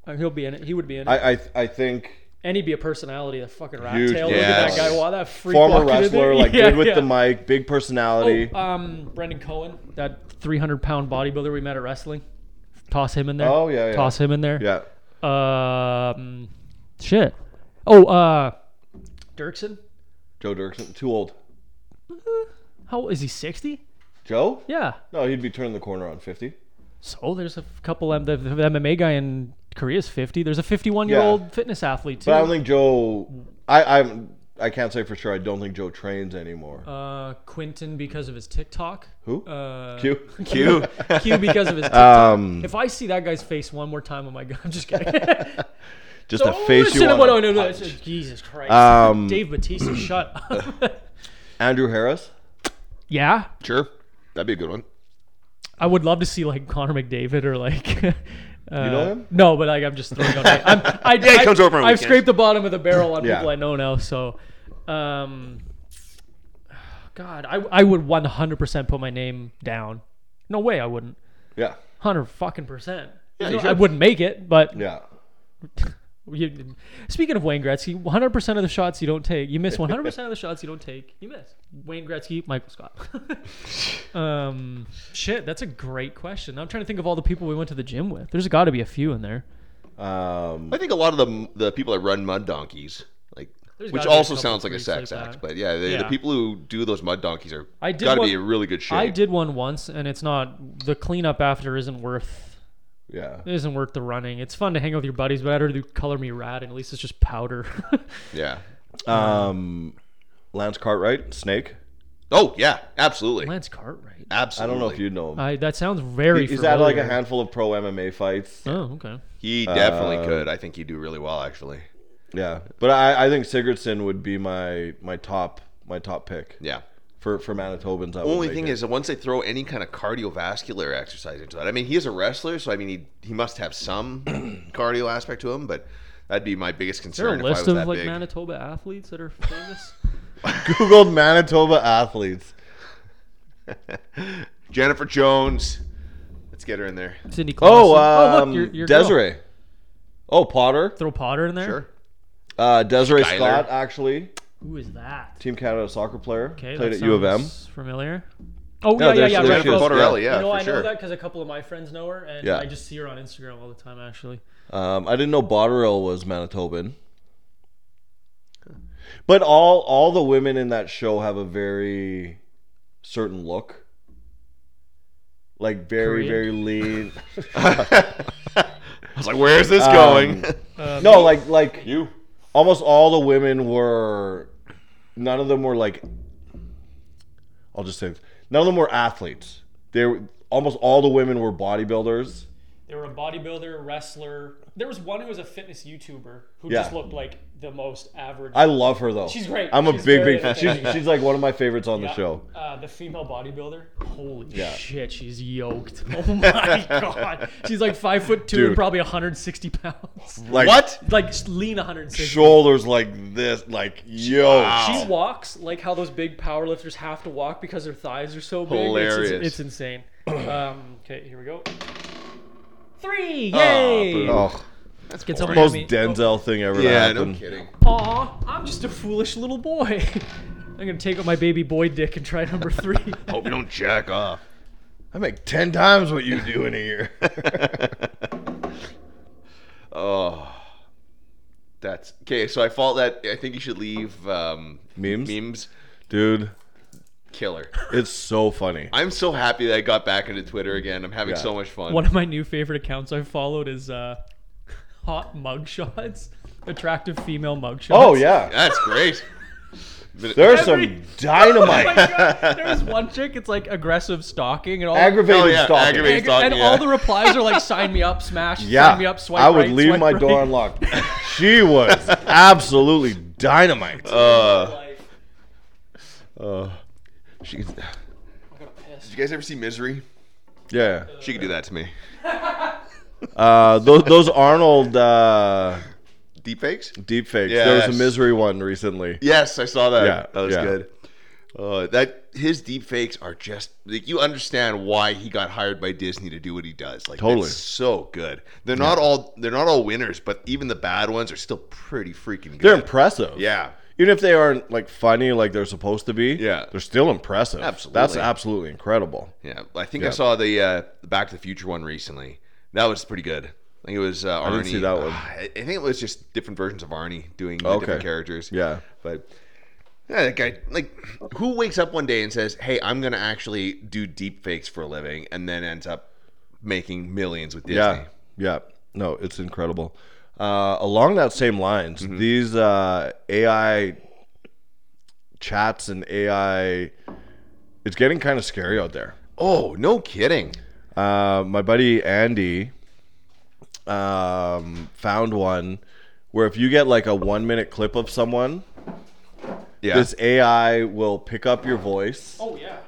Speaker 4: Uh, He'll be in it. He would be in it.
Speaker 5: I I, I think
Speaker 4: and he'd be a personality, the fucking rat
Speaker 5: Huge
Speaker 4: tail. Look
Speaker 3: yes.
Speaker 4: at that guy. Wow, that freak
Speaker 5: former
Speaker 4: walking in there.
Speaker 5: wrestler, like
Speaker 4: [laughs] Yeah,
Speaker 5: good with
Speaker 4: yeah.
Speaker 5: the mic, big personality.
Speaker 4: Oh, um, Brendan Cohen, that 300 pound bodybuilder we met at wrestling. Toss him in there.
Speaker 5: Oh, yeah, yeah.
Speaker 4: Toss him in there.
Speaker 5: yeah,
Speaker 4: Um, shit. Oh, uh, Dirksen.
Speaker 5: Joe Dirksen, too old.
Speaker 4: How is he? 60?
Speaker 5: Joe?
Speaker 4: Yeah.
Speaker 5: No, he'd be turning the corner on fifty.
Speaker 4: So there's a couple. M- the, the MMA guy in Korea is 50. There's a 51 year old fitness athlete too.
Speaker 5: But I don't think Joe. I I'm I can't say for sure. I don't think Joe trains anymore.
Speaker 4: uh, Quinton because of his TikTok.
Speaker 5: Who?
Speaker 4: Uh,
Speaker 5: Q.
Speaker 3: Q.
Speaker 4: [laughs] Q because of his. TikTok.
Speaker 5: Um,
Speaker 4: if I see that guy's face one more time, oh my god! [laughs] I'm just kidding.
Speaker 5: [laughs] just
Speaker 4: Don't
Speaker 5: a face you
Speaker 4: listen to what- oh, no,
Speaker 5: want.
Speaker 4: no, it's- Jesus Christ!
Speaker 5: Um, [clears throat]
Speaker 4: Dave Batista, shut up.
Speaker 5: [laughs] Andrew Harris.
Speaker 4: yeah,
Speaker 3: sure. That'd be a good one.
Speaker 4: I would love to see like Connor McDavid or like. [laughs] Uh, you
Speaker 5: know him?
Speaker 4: No, but like, I'm just throwing out. I'm, I,
Speaker 3: Yeah, he
Speaker 4: I,
Speaker 3: comes over on
Speaker 4: I've
Speaker 3: weekends.
Speaker 4: scraped the bottom of the barrel on
Speaker 5: Yeah.
Speaker 4: people I know now. So, um, God, I I would 100% put my name down. No way, I wouldn't.
Speaker 5: Yeah,
Speaker 4: Hundred fucking percent.
Speaker 3: you
Speaker 4: I
Speaker 3: should.
Speaker 4: wouldn't make it, but
Speaker 5: yeah.
Speaker 4: You, speaking of Wayne Gretzky, 100% of the shots you don't take, you miss 100% of the shots you don't take, you miss. Wayne Gretzky, Michael Scott. [laughs] um, shit, that's a great question. I'm trying to think of all the people we went to the gym with. There's got to be a few in there.
Speaker 5: Um,
Speaker 3: I think a lot of the the people that run mud donkeys, like,
Speaker 4: There's
Speaker 3: which
Speaker 4: gotta be a
Speaker 3: also
Speaker 4: couple
Speaker 3: sounds like a
Speaker 4: freaks
Speaker 3: sex
Speaker 4: like
Speaker 3: act,
Speaker 4: that.
Speaker 3: but yeah, they, the
Speaker 4: Yeah.
Speaker 3: people who do those mud donkeys are
Speaker 4: I did
Speaker 3: gotta
Speaker 4: one-
Speaker 3: be in really good shape.
Speaker 4: I did one once, and it's not the cleanup after isn't worth
Speaker 5: yeah.
Speaker 4: isn't worth the running. It's fun to hang out with your buddies, but I'd rather do color me rad, and at least it's just powder. [laughs]
Speaker 3: Yeah.
Speaker 5: Um, Lance Cartwright, Snake.
Speaker 3: Oh yeah, absolutely,
Speaker 4: Lance Cartwright.
Speaker 5: I
Speaker 3: absolutely.
Speaker 5: don't know if you know him.
Speaker 4: I, that sounds very.
Speaker 5: He's had like a
Speaker 4: Uh, familiar.
Speaker 5: handful of pro MMA fights.
Speaker 4: Oh, okay.
Speaker 3: He
Speaker 5: Uh,
Speaker 3: definitely could. I think he'd do really well, actually.
Speaker 5: Yeah, but I, I think Sigurdsson would be my my top my top pick
Speaker 3: Yeah.
Speaker 5: for for Manitobans. I would
Speaker 3: Only
Speaker 5: make
Speaker 3: thing
Speaker 5: it.
Speaker 3: is, that once they throw any kind of cardiovascular exercise into that, I mean, he is a wrestler, so I mean, he he must have [clears throat] some cardio aspect to him, but that'd be my biggest
Speaker 4: Is there
Speaker 3: concern
Speaker 4: a
Speaker 3: if I was
Speaker 4: list of
Speaker 3: that
Speaker 4: like
Speaker 3: big.
Speaker 4: Manitoba athletes that
Speaker 5: [laughs]
Speaker 4: are famous?
Speaker 5: googled Manitoba athletes.
Speaker 3: [laughs] Jennifer Jones, let's get her in there.
Speaker 4: Cindy Clausen.
Speaker 5: Oh, um,
Speaker 4: your- your girl.
Speaker 5: Desiree. Oh, Potter.
Speaker 4: Throw Potter in there.
Speaker 3: Sure.
Speaker 5: Uh, Desiree
Speaker 3: Skyler.
Speaker 5: Scott, actually,
Speaker 4: Who is that?
Speaker 5: Team Canada soccer player,
Speaker 4: Okay,
Speaker 5: played
Speaker 4: that
Speaker 5: at U of M.
Speaker 4: sounds Familiar. Oh
Speaker 5: No,
Speaker 4: yeah, yeah,
Speaker 5: there's-
Speaker 4: yeah.
Speaker 5: there's she
Speaker 4: Right,
Speaker 5: is,
Speaker 3: Jennifer
Speaker 4: above-
Speaker 5: Potter-
Speaker 3: Bottarelli, yeah,
Speaker 4: you know,
Speaker 3: for
Speaker 4: I know
Speaker 3: sure.
Speaker 4: that because a couple of my friends know her, and
Speaker 5: Yeah.
Speaker 4: I just see her on Instagram all the time. Actually,
Speaker 5: Um, I didn't know Botterill was Manitoban. But all all the women in that show have a very certain look. Like very
Speaker 4: Korean?
Speaker 5: very lean.
Speaker 3: I was like, where's this going?
Speaker 5: no, like like
Speaker 3: you.
Speaker 5: almost all the women were none of them were like I'll just say this. none of them were athletes. They were almost all the women were bodybuilders.
Speaker 4: they were a bodybuilder, wrestler. There was one who was a fitness YouTuber who
Speaker 5: Yeah.
Speaker 4: just looked like the most average.
Speaker 5: I love her though.
Speaker 4: She's great.
Speaker 5: I'm a
Speaker 4: She's
Speaker 5: big
Speaker 4: very
Speaker 5: big
Speaker 4: entertaining.
Speaker 5: she's, she's like one of my favorites on the
Speaker 4: Yeah.
Speaker 5: show.
Speaker 4: Uh, the female bodybuilder. Holy
Speaker 5: Yeah.
Speaker 4: shit, she's yoked. [laughs] Oh my god, she's like five foot two
Speaker 5: Dude.
Speaker 4: and probably 160 pounds.
Speaker 5: Like
Speaker 3: What?
Speaker 4: Like lean 160.
Speaker 5: shoulders like this, like yo.
Speaker 4: She walks like how those big power lifters have to walk because their thighs are so big. It's-
Speaker 3: Hilarious.
Speaker 4: It's,
Speaker 5: [clears throat]
Speaker 4: it's insane. Um, okay, here we go. Three! Yay!
Speaker 3: boo.
Speaker 5: Oh,
Speaker 3: That's
Speaker 4: Get
Speaker 3: boring.
Speaker 4: some-
Speaker 5: Ah, most
Speaker 4: me.
Speaker 5: Denzel thing ever.
Speaker 3: [laughs]
Speaker 5: to
Speaker 3: Yeah,
Speaker 5: happen.
Speaker 3: no kidding.
Speaker 4: Aw, I'm just a foolish little boy. [laughs] I'm gonna take out my baby boy dick and try number three.
Speaker 3: Hope you don't jack off.
Speaker 5: I make ten times what you do in a year.
Speaker 3: Oh, that's okay. So I fault that. I think you should leave um,
Speaker 5: [laughs] Memes?
Speaker 3: Memes,
Speaker 5: Dude,
Speaker 3: killer.
Speaker 5: it's so funny.
Speaker 3: I'm so happy that I got back into Twitter again. I'm having
Speaker 5: Yeah.
Speaker 3: so much fun.
Speaker 4: One of my new favorite accounts I've followed is uh, hot mugshots, attractive female mugshots.
Speaker 5: Oh
Speaker 4: [laughs]
Speaker 5: yeah.
Speaker 3: That's great.
Speaker 5: There's some
Speaker 4: Every-
Speaker 5: dynamite.
Speaker 4: my Oh God. There's one chick. It's like aggressive stalking and all.
Speaker 5: aggravated
Speaker 3: Oh, yeah,
Speaker 5: stalking.
Speaker 3: aggravated
Speaker 4: and
Speaker 3: stalking, yeah.
Speaker 4: all the replies are like, "Sign me up, smash.
Speaker 5: Yeah.
Speaker 4: Sign me up, swipe
Speaker 5: I would
Speaker 4: right,
Speaker 5: leave
Speaker 4: swipe
Speaker 5: my
Speaker 4: right."
Speaker 5: door
Speaker 4: [laughs]
Speaker 5: unlocked. she was absolutely dynamite.
Speaker 3: Uh,
Speaker 4: Like,
Speaker 3: She, did
Speaker 4: I gotta piss.
Speaker 3: you guys ever see Misery?
Speaker 5: yeah.
Speaker 3: She could do that to me.
Speaker 5: Uh, those, those Arnold uh,
Speaker 3: Deep fakes?
Speaker 5: deepfakes. There was
Speaker 3: Yes.
Speaker 5: a misery one recently.
Speaker 3: Yes, I saw that.
Speaker 5: Yeah,
Speaker 3: that was
Speaker 5: yeah.
Speaker 3: good. Uh, that his deep fakes are just like you understand why he got hired by Disney to do what he does. Like
Speaker 5: Totally.
Speaker 3: it's so good. They're not all they're not all winners, but even the bad ones are still pretty freaking good.
Speaker 5: They're impressive.
Speaker 3: yeah.
Speaker 5: Even if they aren't like funny like they're supposed to be,
Speaker 3: Yeah.
Speaker 5: they're still impressive. That's
Speaker 3: Absolutely.
Speaker 5: absolutely incredible.
Speaker 3: Yeah, I think I
Speaker 5: Yeah.
Speaker 3: saw the uh, the Back to the Future one recently. That was pretty good. I think it was uh, Arnie.
Speaker 5: didn't see that one. Oh,
Speaker 3: I I think it was just different versions of Arnie doing the
Speaker 5: Okay.
Speaker 3: different characters.
Speaker 5: Yeah.
Speaker 3: but yeah, that guy like who wakes up one day and says, "Hey, I'm gonna actually do deep fakes for a living," and then ends up making millions with Disney.
Speaker 5: Yeah, yeah. No, it's incredible. Uh, along that same lines,
Speaker 3: Mm-hmm.
Speaker 5: these uh, AI chats and AI, it's getting kind of scary out there.
Speaker 3: Oh, no kidding.
Speaker 5: Uh, my buddy Andy um, found one where if you get like a one minute clip of someone,
Speaker 3: Yeah,
Speaker 5: this AI will pick up your voice,
Speaker 4: Oh yeah.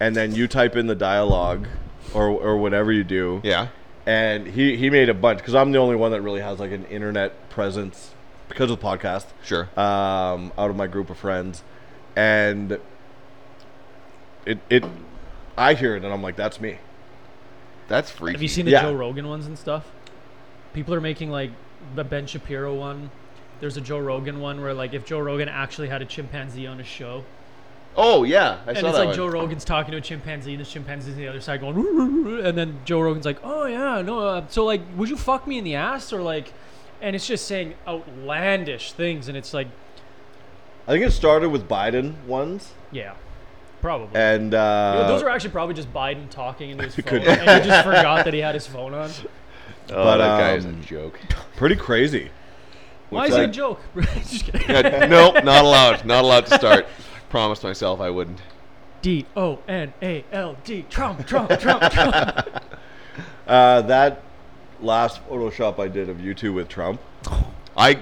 Speaker 5: and then you type in the dialogue or or whatever you do.
Speaker 3: yeah.
Speaker 5: and he he made a bunch because I'm the only one that really has like an internet presence because of the podcast.
Speaker 3: Sure.
Speaker 5: Um, out of my group of friends, and it it, I hear it and I'm like, that's me.
Speaker 3: That's freaky.
Speaker 4: Have you seen the
Speaker 5: Yeah.
Speaker 4: Joe Rogan ones and stuff? People are making like the Ben Shapiro one. There's a Joe Rogan one where like if Joe Rogan actually had a chimpanzee on his show,
Speaker 3: Oh yeah, I
Speaker 4: and
Speaker 3: saw that
Speaker 4: it's like
Speaker 3: one.
Speaker 4: Joe Rogan's talking to a chimpanzee, and this chimpanzee's on the other side going, "Roo, roo, roo," and then Joe Rogan's like, "Oh yeah, no, uh, so like, would you fuck me in the ass or like?" And it's just saying outlandish things, and it's like,
Speaker 5: I think it started with Biden ones,
Speaker 4: yeah, probably.
Speaker 5: and uh,
Speaker 4: Those are actually probably just Biden talking
Speaker 3: [laughs]
Speaker 4: into his phone,
Speaker 5: Could-
Speaker 4: and he just forgot that he had his phone on.
Speaker 3: oh,
Speaker 5: but,
Speaker 3: that guy is a
Speaker 5: um,
Speaker 3: joke. [laughs]
Speaker 5: pretty crazy.
Speaker 4: Why is it a joke? [laughs] Just kidding.
Speaker 3: Yeah, no, not allowed. Not allowed to start. [laughs] Promised myself I wouldn't.
Speaker 4: D O N A L D. Trump, Trump, Trump,
Speaker 3: [laughs]
Speaker 4: Trump.
Speaker 5: Uh, that last Photoshop I did of you two with Trump,
Speaker 3: I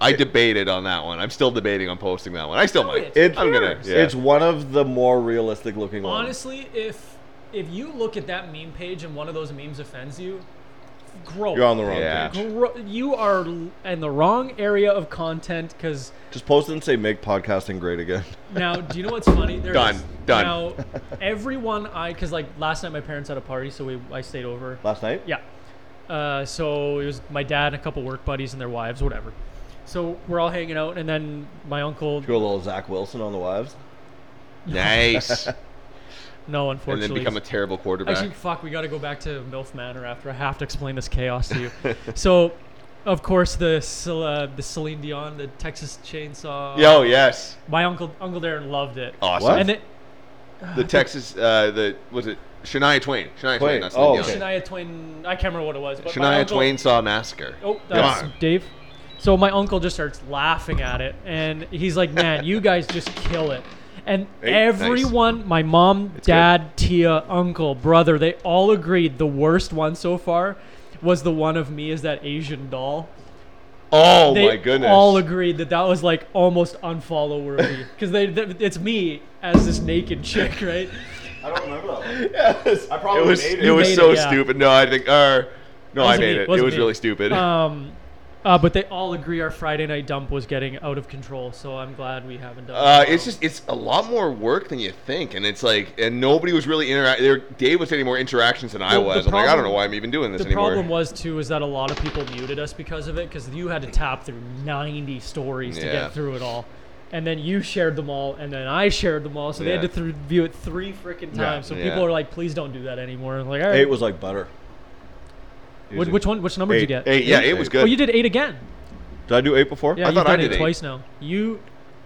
Speaker 3: I debated on that one. I'm still debating on posting that one. I still might.
Speaker 4: it
Speaker 5: It-
Speaker 3: I'm gonna.
Speaker 4: cares?
Speaker 3: Yeah.
Speaker 5: it's one of the more realistic looking ones.
Speaker 4: Honestly, if if you look at that meme page and one of those memes offends you, grow.
Speaker 5: You're on the wrong
Speaker 3: Yeah.
Speaker 5: page.
Speaker 4: Gro- you are l- in the wrong area of content because
Speaker 5: Just post it and say make podcasting great again. [laughs]
Speaker 4: now do you know what's funny There's,
Speaker 3: Done. Done.
Speaker 4: now everyone i because like last night my parents had a party so we i stayed over
Speaker 5: Last night?
Speaker 4: Yeah. Uh, so it was my dad and a couple work buddies and their wives, whatever. So we're all hanging out, and then my uncle.
Speaker 5: Do a little Zach Wilson on the wives.
Speaker 3: nice.
Speaker 4: No,
Speaker 3: and
Speaker 4: unfortunately.
Speaker 3: then become a terrible quarterback.
Speaker 4: Actually, fuck, we got to go back to MILF Manor after I have to explain this chaos to you. [laughs] so, of course, the Cel- uh, the Celine Dion, the Texas Chainsaw.
Speaker 3: Yo, yes,
Speaker 4: My uncle Uncle Darren loved it.
Speaker 3: awesome.
Speaker 5: What?
Speaker 4: And it,
Speaker 3: [laughs] The Texas, uh, the was it Shania Twain? Shania Twain.
Speaker 5: Twain.
Speaker 3: that's Celine
Speaker 5: Oh,
Speaker 3: Dion.
Speaker 4: Shania Twain, I can't remember what it was. But my
Speaker 3: Shania
Speaker 4: uncle-
Speaker 3: Twain saw massacre.
Speaker 4: Oh, that's
Speaker 3: Darn.
Speaker 4: Dave. So my uncle just starts laughing at it, and he's like, "Man, you guys just kill it." And
Speaker 5: Hey,
Speaker 4: everyone, my mom, dad, Tia, uncle, brother, they all agreed the worst one so far was the one of me as that Asian doll.
Speaker 3: Oh,
Speaker 4: They
Speaker 3: my goodness.
Speaker 5: [laughs]
Speaker 4: all agreed that that was like almost unfollow worthy because they, th- it's me as this naked chick, [laughs] right?
Speaker 5: I don't remember that.
Speaker 3: yes. I
Speaker 5: probably
Speaker 3: it was
Speaker 5: made it.
Speaker 3: it
Speaker 5: You
Speaker 3: was
Speaker 4: made
Speaker 3: so
Speaker 4: it, yeah.
Speaker 3: stupid. No, I think. Uh, no, I
Speaker 4: Wasn't
Speaker 3: made it.
Speaker 4: me,
Speaker 3: It
Speaker 4: wasn't
Speaker 3: was
Speaker 4: me.
Speaker 3: really stupid.
Speaker 4: Um, uh, but they all agree our Friday night dump was getting out of control, so I'm glad we haven't done.
Speaker 3: Uh,
Speaker 4: it.
Speaker 3: it's just it's a lot more work than you think, and it's like, and nobody was really interact. Dave was getting more interactions than I
Speaker 4: The- the
Speaker 3: was. I'm like, I don't
Speaker 4: problem-
Speaker 3: know why I'm even doing this
Speaker 4: The
Speaker 3: anymore.
Speaker 4: problem was too is that a lot of people muted us because of it because you had to tap through 90 stories to
Speaker 3: Yeah.
Speaker 4: get through it all. and then you shared them all, and then I shared them all. So they
Speaker 3: Yeah.
Speaker 4: had to th- view it three freaking times.
Speaker 5: Yeah,
Speaker 4: so
Speaker 3: yeah.
Speaker 4: people are like, please don't do that anymore. I'm like, all right.
Speaker 5: Eight was like butter. It was
Speaker 4: Wh-
Speaker 5: a-
Speaker 4: which one? Which number did you
Speaker 5: Eight.
Speaker 4: get?
Speaker 3: Hey, yeah, it was
Speaker 5: Eight.
Speaker 3: good.
Speaker 4: Oh, you did eight again.
Speaker 5: Did I do eight before?
Speaker 4: Yeah,
Speaker 5: I
Speaker 4: you've
Speaker 5: thought
Speaker 4: done
Speaker 5: I did
Speaker 4: it
Speaker 5: eight.
Speaker 4: twice now. You,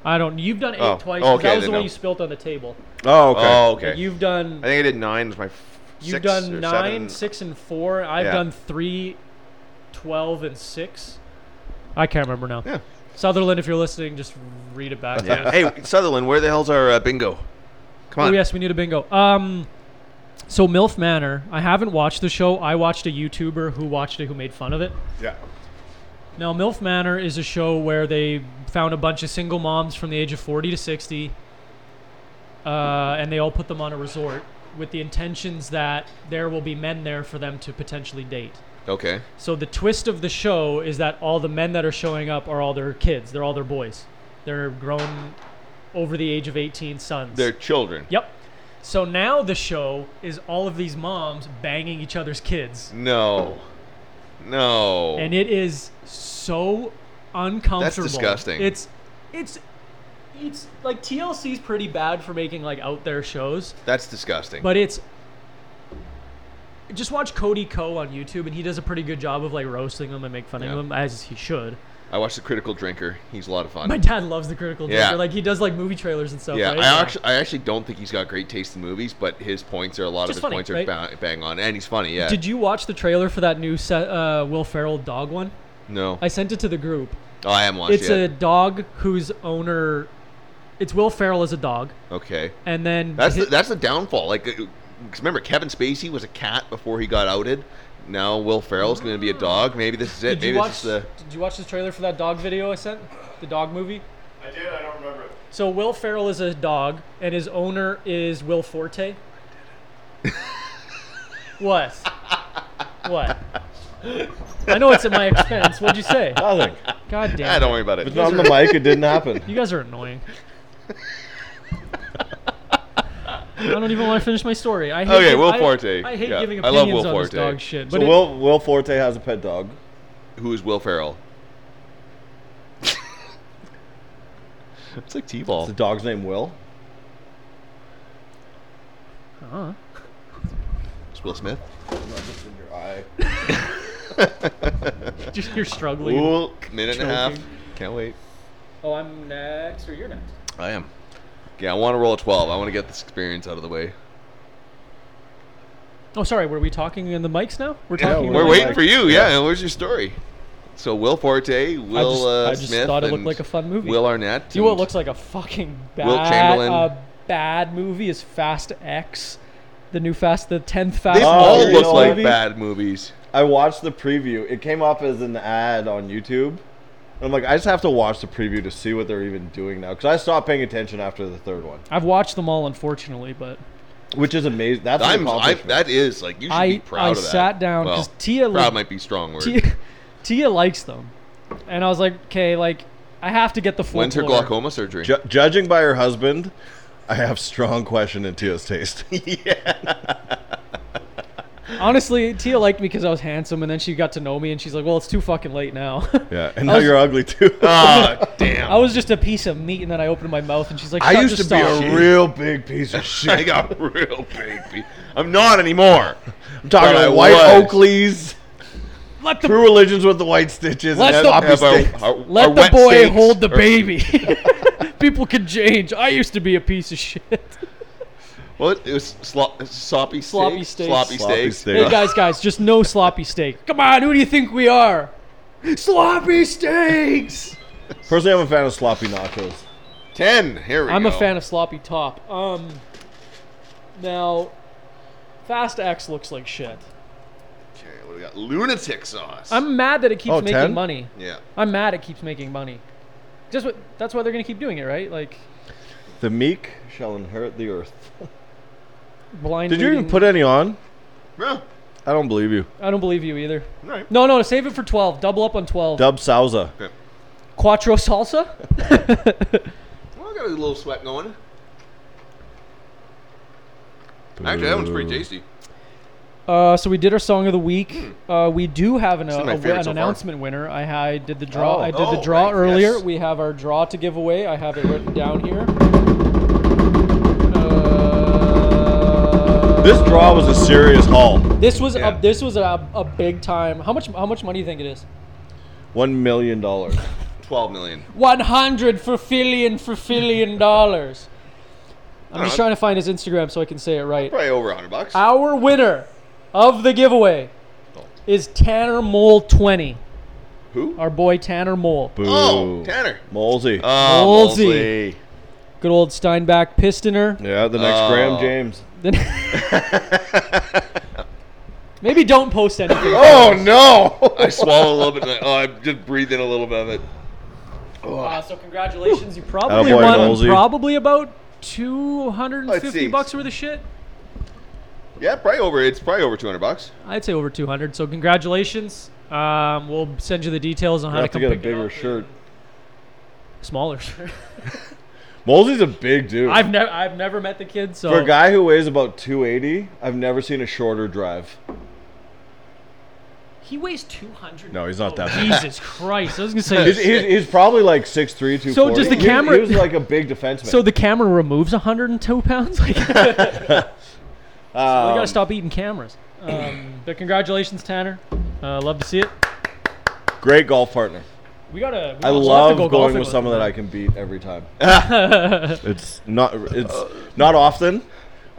Speaker 4: I don't. You've done eight
Speaker 3: Oh,
Speaker 4: twice.
Speaker 3: oh,
Speaker 4: 'cause that
Speaker 3: okay,
Speaker 4: was the
Speaker 3: then
Speaker 4: one
Speaker 3: no.
Speaker 4: you spilt on the table.
Speaker 5: Oh, okay.
Speaker 3: Oh, okay.
Speaker 4: You've done.
Speaker 3: I think I did nine. Was my f-
Speaker 4: You've
Speaker 3: six or
Speaker 4: done nine,
Speaker 3: seven.
Speaker 4: six, and four. I've
Speaker 3: Yeah.
Speaker 4: done three, 12, and six. I can't remember now.
Speaker 3: Yeah.
Speaker 4: Sutherland, if you're listening, just read it back. to
Speaker 3: [laughs]
Speaker 4: us.
Speaker 3: Yeah. hey, Sutherland, where the hell's our uh, bingo? Come
Speaker 4: Oh
Speaker 3: on.
Speaker 4: yes, we need a bingo. Um, so MILF Manor. I haven't watched the show. I watched a YouTuber who watched it who made fun of it.
Speaker 5: Yeah.
Speaker 4: Now, MILF Manor is a show where they found a bunch of single moms from the age of 40 to 60, uh, and they all put them on a resort with the intentions that there will be men there for them to potentially date.
Speaker 3: Okay.
Speaker 4: So the twist of the show is that all the men that are showing up are all their kids. They're all their boys. They're grown over the age of 18 sons.
Speaker 3: They're children.
Speaker 4: yep. So now the show is all of these moms banging each other's kids.
Speaker 3: No. No.
Speaker 4: And it is so uncomfortable.
Speaker 3: disgusting.
Speaker 4: It's it's it's like TLC's pretty bad for making like out there shows,
Speaker 3: That's disgusting.
Speaker 4: but it's just watch Cody Ko on YouTube and he does a pretty good job of like roasting them and make fun of
Speaker 3: Yeah.
Speaker 4: them as he should.
Speaker 3: I watched The Critical Drinker. He's a lot of fun.
Speaker 4: [laughs] My dad loves the critical
Speaker 3: Yeah.
Speaker 4: Drinker. Like he does like movie trailers and stuff.
Speaker 3: yeah,
Speaker 4: right?
Speaker 3: I actually, I actually don't think he's got great taste in movies, but his points are a lot of
Speaker 4: Just
Speaker 3: his
Speaker 4: funny,
Speaker 3: points are
Speaker 4: right?
Speaker 3: bang, bang on, and he's funny. Yeah.
Speaker 4: Did you watch the trailer for that new set, uh, Will Ferrell dog one?
Speaker 3: No.
Speaker 4: I sent it to the group.
Speaker 3: oh, I am watching.
Speaker 4: It's a dog whose owner. It's Will Ferrell as a dog,
Speaker 3: Okay.
Speaker 4: and then
Speaker 3: That's
Speaker 4: hi-
Speaker 3: the, that's the downfall. Like, uh, 'cause remember Kevin Spacey was a cat before he got outed. Now Will Ferrell's going to be a dog. Maybe this is it.
Speaker 4: Did
Speaker 3: Maybe
Speaker 4: you
Speaker 3: this
Speaker 4: watch?
Speaker 3: is the
Speaker 4: Did you watch this trailer for that dog video I sent? The dog movie.
Speaker 5: I did. I don't remember.
Speaker 4: So Will Ferrell is a dog, and his owner is Will Forte. what? What? I know it's at my expense. What'd you say?
Speaker 5: [laughs] [laughs] Nothing.
Speaker 4: God damn.
Speaker 3: Ah,
Speaker 4: it.
Speaker 3: don't worry about it.
Speaker 5: It's not on the mic. It didn't happen.
Speaker 4: [laughs] You guys are annoying. I don't even want to finish my story. I hate
Speaker 3: Okay,
Speaker 4: gi-
Speaker 3: Will
Speaker 4: I-
Speaker 3: Forte.
Speaker 4: I, hate
Speaker 3: Yeah.
Speaker 4: giving
Speaker 3: I love
Speaker 4: opinions
Speaker 3: Will
Speaker 4: on this
Speaker 3: Forte.
Speaker 4: dog shit. But
Speaker 5: So
Speaker 4: it-
Speaker 5: Will Will Forte has a pet dog.
Speaker 3: Who is Will [laughs] Ferrell? it's like T-ball.
Speaker 5: The dog's name Will.
Speaker 4: Huh.
Speaker 3: It's Will Smith.
Speaker 4: Just [laughs] you're struggling.
Speaker 3: Ooh, minute and a half.
Speaker 4: Choking.
Speaker 3: Can't wait.
Speaker 4: Oh, I'm next, or you're next.
Speaker 3: I am. Yeah, I want to roll a 12. I want to get this experience out of the way.
Speaker 4: Oh, sorry. Were we talking in the mics now? We're
Speaker 5: Yeah,
Speaker 4: talking. in
Speaker 3: We're
Speaker 4: the
Speaker 5: Well,
Speaker 3: waiting
Speaker 5: like-
Speaker 3: for you. Yeah. and where's your story? So Will Forte, Will
Speaker 4: I just,
Speaker 3: uh,
Speaker 4: I just
Speaker 3: Smith,
Speaker 4: thought
Speaker 3: and
Speaker 4: it looked like a fun movie.
Speaker 3: Will Arnett.
Speaker 4: you know what
Speaker 3: and-
Speaker 4: looks like a fucking bad,
Speaker 3: Wilt Chamberlain.
Speaker 4: a bad movie is Fast X, the new Fast, the tenth Fast.
Speaker 3: They
Speaker 5: Oh,
Speaker 3: all
Speaker 5: you
Speaker 3: look
Speaker 5: know,
Speaker 3: like
Speaker 5: maybe-
Speaker 3: bad movies.
Speaker 5: I watched the preview. It came up as an ad on YouTube. And I'm like, I just have to watch the preview to see what they're even doing now. Because I stopped paying attention after the third one,
Speaker 4: I've watched them all, unfortunately, but
Speaker 5: which is amazing. That's an
Speaker 3: I'm, I,
Speaker 5: accomplishment.
Speaker 3: that is like you should be
Speaker 4: I
Speaker 3: proud
Speaker 4: I
Speaker 3: of that.
Speaker 4: sat down
Speaker 3: Well,
Speaker 4: because Tia
Speaker 3: proud
Speaker 4: like,
Speaker 3: might be strong word.
Speaker 4: Tia, [laughs] Tia likes them, and I was like, okay, like I have to get the full.
Speaker 3: When's her
Speaker 4: floor."
Speaker 3: glaucoma surgery?
Speaker 5: Ju- judging by her husband, I have strong question in Tia's [laughs] taste.
Speaker 4: Honestly, Tia liked me because I was handsome, and then she got to know me, and she's like, well, it's too fucking late now. [laughs]
Speaker 5: yeah, and now
Speaker 4: was-
Speaker 5: you're ugly too.
Speaker 4: [laughs]
Speaker 3: Ah, damn.
Speaker 4: I was just a piece of meat, and then I opened my mouth, and she's
Speaker 5: [laughs]
Speaker 4: like,
Speaker 5: I
Speaker 4: "Shut-
Speaker 5: used to
Speaker 4: just
Speaker 5: be
Speaker 4: stop."
Speaker 5: a real big piece [laughs] of
Speaker 3: I [laughs]
Speaker 5: shit.
Speaker 3: got real baby. I'm not anymore.
Speaker 5: I'm talking
Speaker 3: But I
Speaker 5: about white
Speaker 3: was.
Speaker 5: Oakleys,
Speaker 4: Let the
Speaker 5: True Religions with the white stitches,
Speaker 4: Let
Speaker 5: and
Speaker 4: the-
Speaker 5: poppy
Speaker 3: Have our-
Speaker 5: sticks.
Speaker 3: our-
Speaker 4: Let
Speaker 3: our
Speaker 4: the
Speaker 3: wet
Speaker 4: boy
Speaker 3: steaks
Speaker 4: hold the
Speaker 3: are-
Speaker 4: baby.
Speaker 5: [laughs]
Speaker 4: People can change. I used to be a piece of shit.
Speaker 3: What? It was slop, sloppy
Speaker 4: Sloppy
Speaker 3: steaks.
Speaker 4: steaks.
Speaker 3: Sloppy
Speaker 5: Sloppy
Speaker 3: steaks.
Speaker 5: steaks.
Speaker 4: Hey guys, guys, just no sloppy steak. Come on, who do you think we are? Sloppy steaks.
Speaker 5: Personally, I'm a fan of sloppy nachos.
Speaker 3: Ten. Here we
Speaker 4: I'm
Speaker 3: go.
Speaker 4: a fan of sloppy top. Um, now, Fast X looks like shit.
Speaker 3: Okay, what do we got? Lunatic sauce.
Speaker 4: I'm mad that it keeps
Speaker 5: Oh,
Speaker 4: making
Speaker 5: 10?
Speaker 4: money.
Speaker 3: yeah.
Speaker 4: I'm mad it keeps making money. Just what, that's why they're gonna keep doing it, right? Like
Speaker 5: The meek shall inherit the earth.
Speaker 4: blind.
Speaker 5: Did you even
Speaker 4: leading-
Speaker 5: put any on?
Speaker 3: Well,
Speaker 5: I don't believe you.
Speaker 4: I don't believe you either.
Speaker 3: all right.
Speaker 4: No, no, save it for twelve. Double up on twelve.
Speaker 5: Dub Souza.
Speaker 4: Quattro salsa. [laughs]
Speaker 3: Well, I got a little sweat going. Actually, that one's pretty tasty.
Speaker 4: Uh, so we did our song of the week. Uh, we do have an,
Speaker 3: Hmm. is
Speaker 4: a,
Speaker 3: my
Speaker 4: a-
Speaker 3: favorite so
Speaker 4: an
Speaker 3: far.
Speaker 4: announcement winner. I, I did the draw.
Speaker 5: Oh.
Speaker 4: I did
Speaker 3: Oh,
Speaker 4: the draw
Speaker 3: right,
Speaker 4: earlier.
Speaker 3: yes.
Speaker 4: We have our draw to give away. I have it written down here. Uh,
Speaker 5: This draw was a serious haul.
Speaker 4: this was
Speaker 3: Yeah.
Speaker 4: a, this was a, a big time. How much how much money do you think it is?
Speaker 5: One million dollars.
Speaker 3: Twelve million.
Speaker 4: One hundred for fillion for fillion dollars. I'm just
Speaker 3: Alright.
Speaker 4: trying to find his Instagram so I can say it right.
Speaker 3: Probably over a hundred bucks.
Speaker 4: Our winner of the giveaway
Speaker 3: Oh.
Speaker 4: is Tanner Mole twenty.
Speaker 3: Who?
Speaker 4: Our boy Tanner Mole.
Speaker 5: Boo.
Speaker 3: Oh, Tanner.
Speaker 5: Molesy.
Speaker 3: Oh,
Speaker 4: Molesy. Good old Steinbach Pistoner.
Speaker 5: yeah, the next
Speaker 3: Oh.
Speaker 5: Graham James.
Speaker 4: [laughs] Maybe don't post anything.
Speaker 3: [laughs] Oh no! I swallowed a little bit. Of that. Oh, I just breathed in a little bit of it.
Speaker 4: Uh, so congratulations, you probably
Speaker 5: Attaboy,
Speaker 4: won
Speaker 5: Nosey.
Speaker 4: probably about two hundred and
Speaker 3: Let's
Speaker 4: fifty
Speaker 3: see.
Speaker 4: bucks worth of shit.
Speaker 3: Yeah, probably over. It's probably over two hundred bucks.
Speaker 4: I'd say over two hundred. So congratulations. Um, we'll send you the details on
Speaker 5: I
Speaker 4: how to
Speaker 5: have to
Speaker 4: come
Speaker 5: get a
Speaker 4: pick it
Speaker 5: bigger
Speaker 4: up. [laughs]
Speaker 5: shirt. [laughs]
Speaker 4: Smaller.
Speaker 5: Molesy's a big dude.
Speaker 4: I've never I've never met the kid, so
Speaker 5: For a guy who weighs about 280, I've never seen a shorter drive.
Speaker 4: Oh, he weighs two hundred.
Speaker 5: No, he's not that big.
Speaker 4: Jesus Christ! I
Speaker 5: [laughs]
Speaker 4: was gonna say.
Speaker 5: He's, he's, he's probably like 6'3", 240.
Speaker 4: So does the
Speaker 5: He-
Speaker 4: camera-
Speaker 5: He was like a big defenseman.
Speaker 4: So the camera removes 102 pounds. [laughs]
Speaker 5: [laughs]
Speaker 4: Like, we gotta
Speaker 5: Um,
Speaker 4: stop eating cameras. Um, but congratulations, Tanner. Uh, love to see it.
Speaker 5: Great golf partner.
Speaker 4: We gotta. We
Speaker 5: I
Speaker 4: also Oh, have
Speaker 5: love
Speaker 4: to go
Speaker 5: going
Speaker 4: golfing
Speaker 5: with someone that I
Speaker 4: him.
Speaker 5: can beat every
Speaker 4: [laughs]
Speaker 5: time. [laughs] it's not it's not often,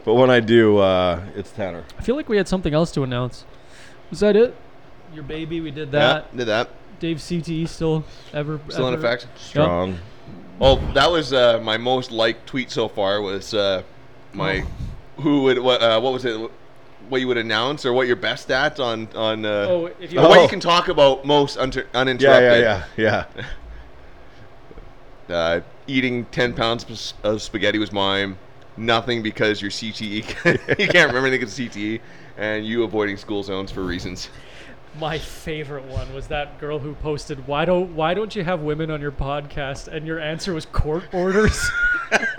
Speaker 5: but when I do, uh, it's Tanner.
Speaker 4: I feel like we had something else to announce. Was that it? Your baby, we did that.
Speaker 3: yeah, did that.
Speaker 4: Dave CTE still ever
Speaker 3: Still in
Speaker 4: ever-
Speaker 3: effect.
Speaker 5: Strong.
Speaker 3: Well, that was uh, my most liked tweet so far. Was uh, my who would what, uh, what was it? What you would announce or what your best stats on on uh,
Speaker 4: Oh, if you
Speaker 3: or what
Speaker 5: Oh.
Speaker 3: you can talk about most unter-
Speaker 5: Yeah, yeah,
Speaker 3: uninterrupted.
Speaker 5: yeah, yeah. [laughs]
Speaker 3: Uh, eating ten pounds of s- of spaghetti was mine. Nothing because you're CTE. [laughs] you can't remember anything because of CTE, and you avoiding school zones for reasons.
Speaker 4: My favorite one was that girl who posted, "Why don't Why don't you have women on your podcast?" And your answer was court orders.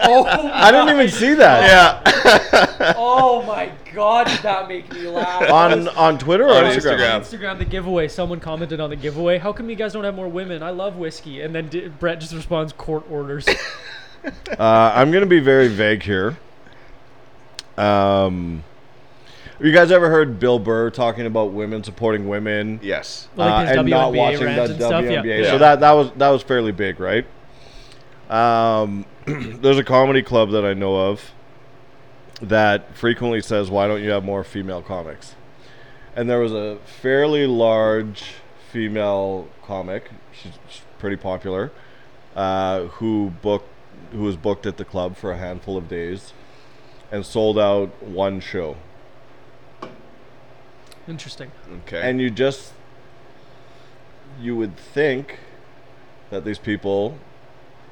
Speaker 4: oh,
Speaker 5: [laughs] I didn't
Speaker 4: [laughs]
Speaker 5: even see that
Speaker 3: [laughs] Yeah,
Speaker 4: Oh my god, did that make me laugh?
Speaker 5: on on Twitter or
Speaker 3: On
Speaker 5: Instagram.
Speaker 3: Instagram.
Speaker 4: Instagram, the giveaway. Someone commented on the giveaway. How come you guys don't have more women? I love whiskey. And then D- Brett just responds, "Court
Speaker 5: [laughs]
Speaker 4: orders."
Speaker 5: Uh, I'm gonna be very vague here. Um, you guys ever heard Bill Burr talking about women supporting women?
Speaker 3: yes.
Speaker 4: Like his
Speaker 5: uh, and not
Speaker 4: WNBA
Speaker 5: watching
Speaker 4: rants
Speaker 5: the
Speaker 4: and stuff, yeah.
Speaker 5: WNBA.
Speaker 3: Yeah.
Speaker 5: So that that was that was fairly big, right? Um, [clears throat] there's a comedy club that I know of that frequently says, "Why don't you have more female comics?" And there was a fairly large female comic. She's, she's pretty popular. Uh, who booked who was booked at the club for a handful of days and sold out one show
Speaker 4: Interesting.
Speaker 3: Okay.
Speaker 5: and you just you would think that these people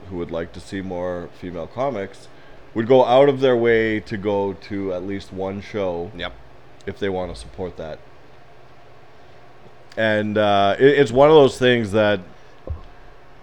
Speaker 5: who would like to see more female comics would go out of their way to go to at least one show
Speaker 3: yep.
Speaker 5: if they want to support that and uh, it, it's one of those things that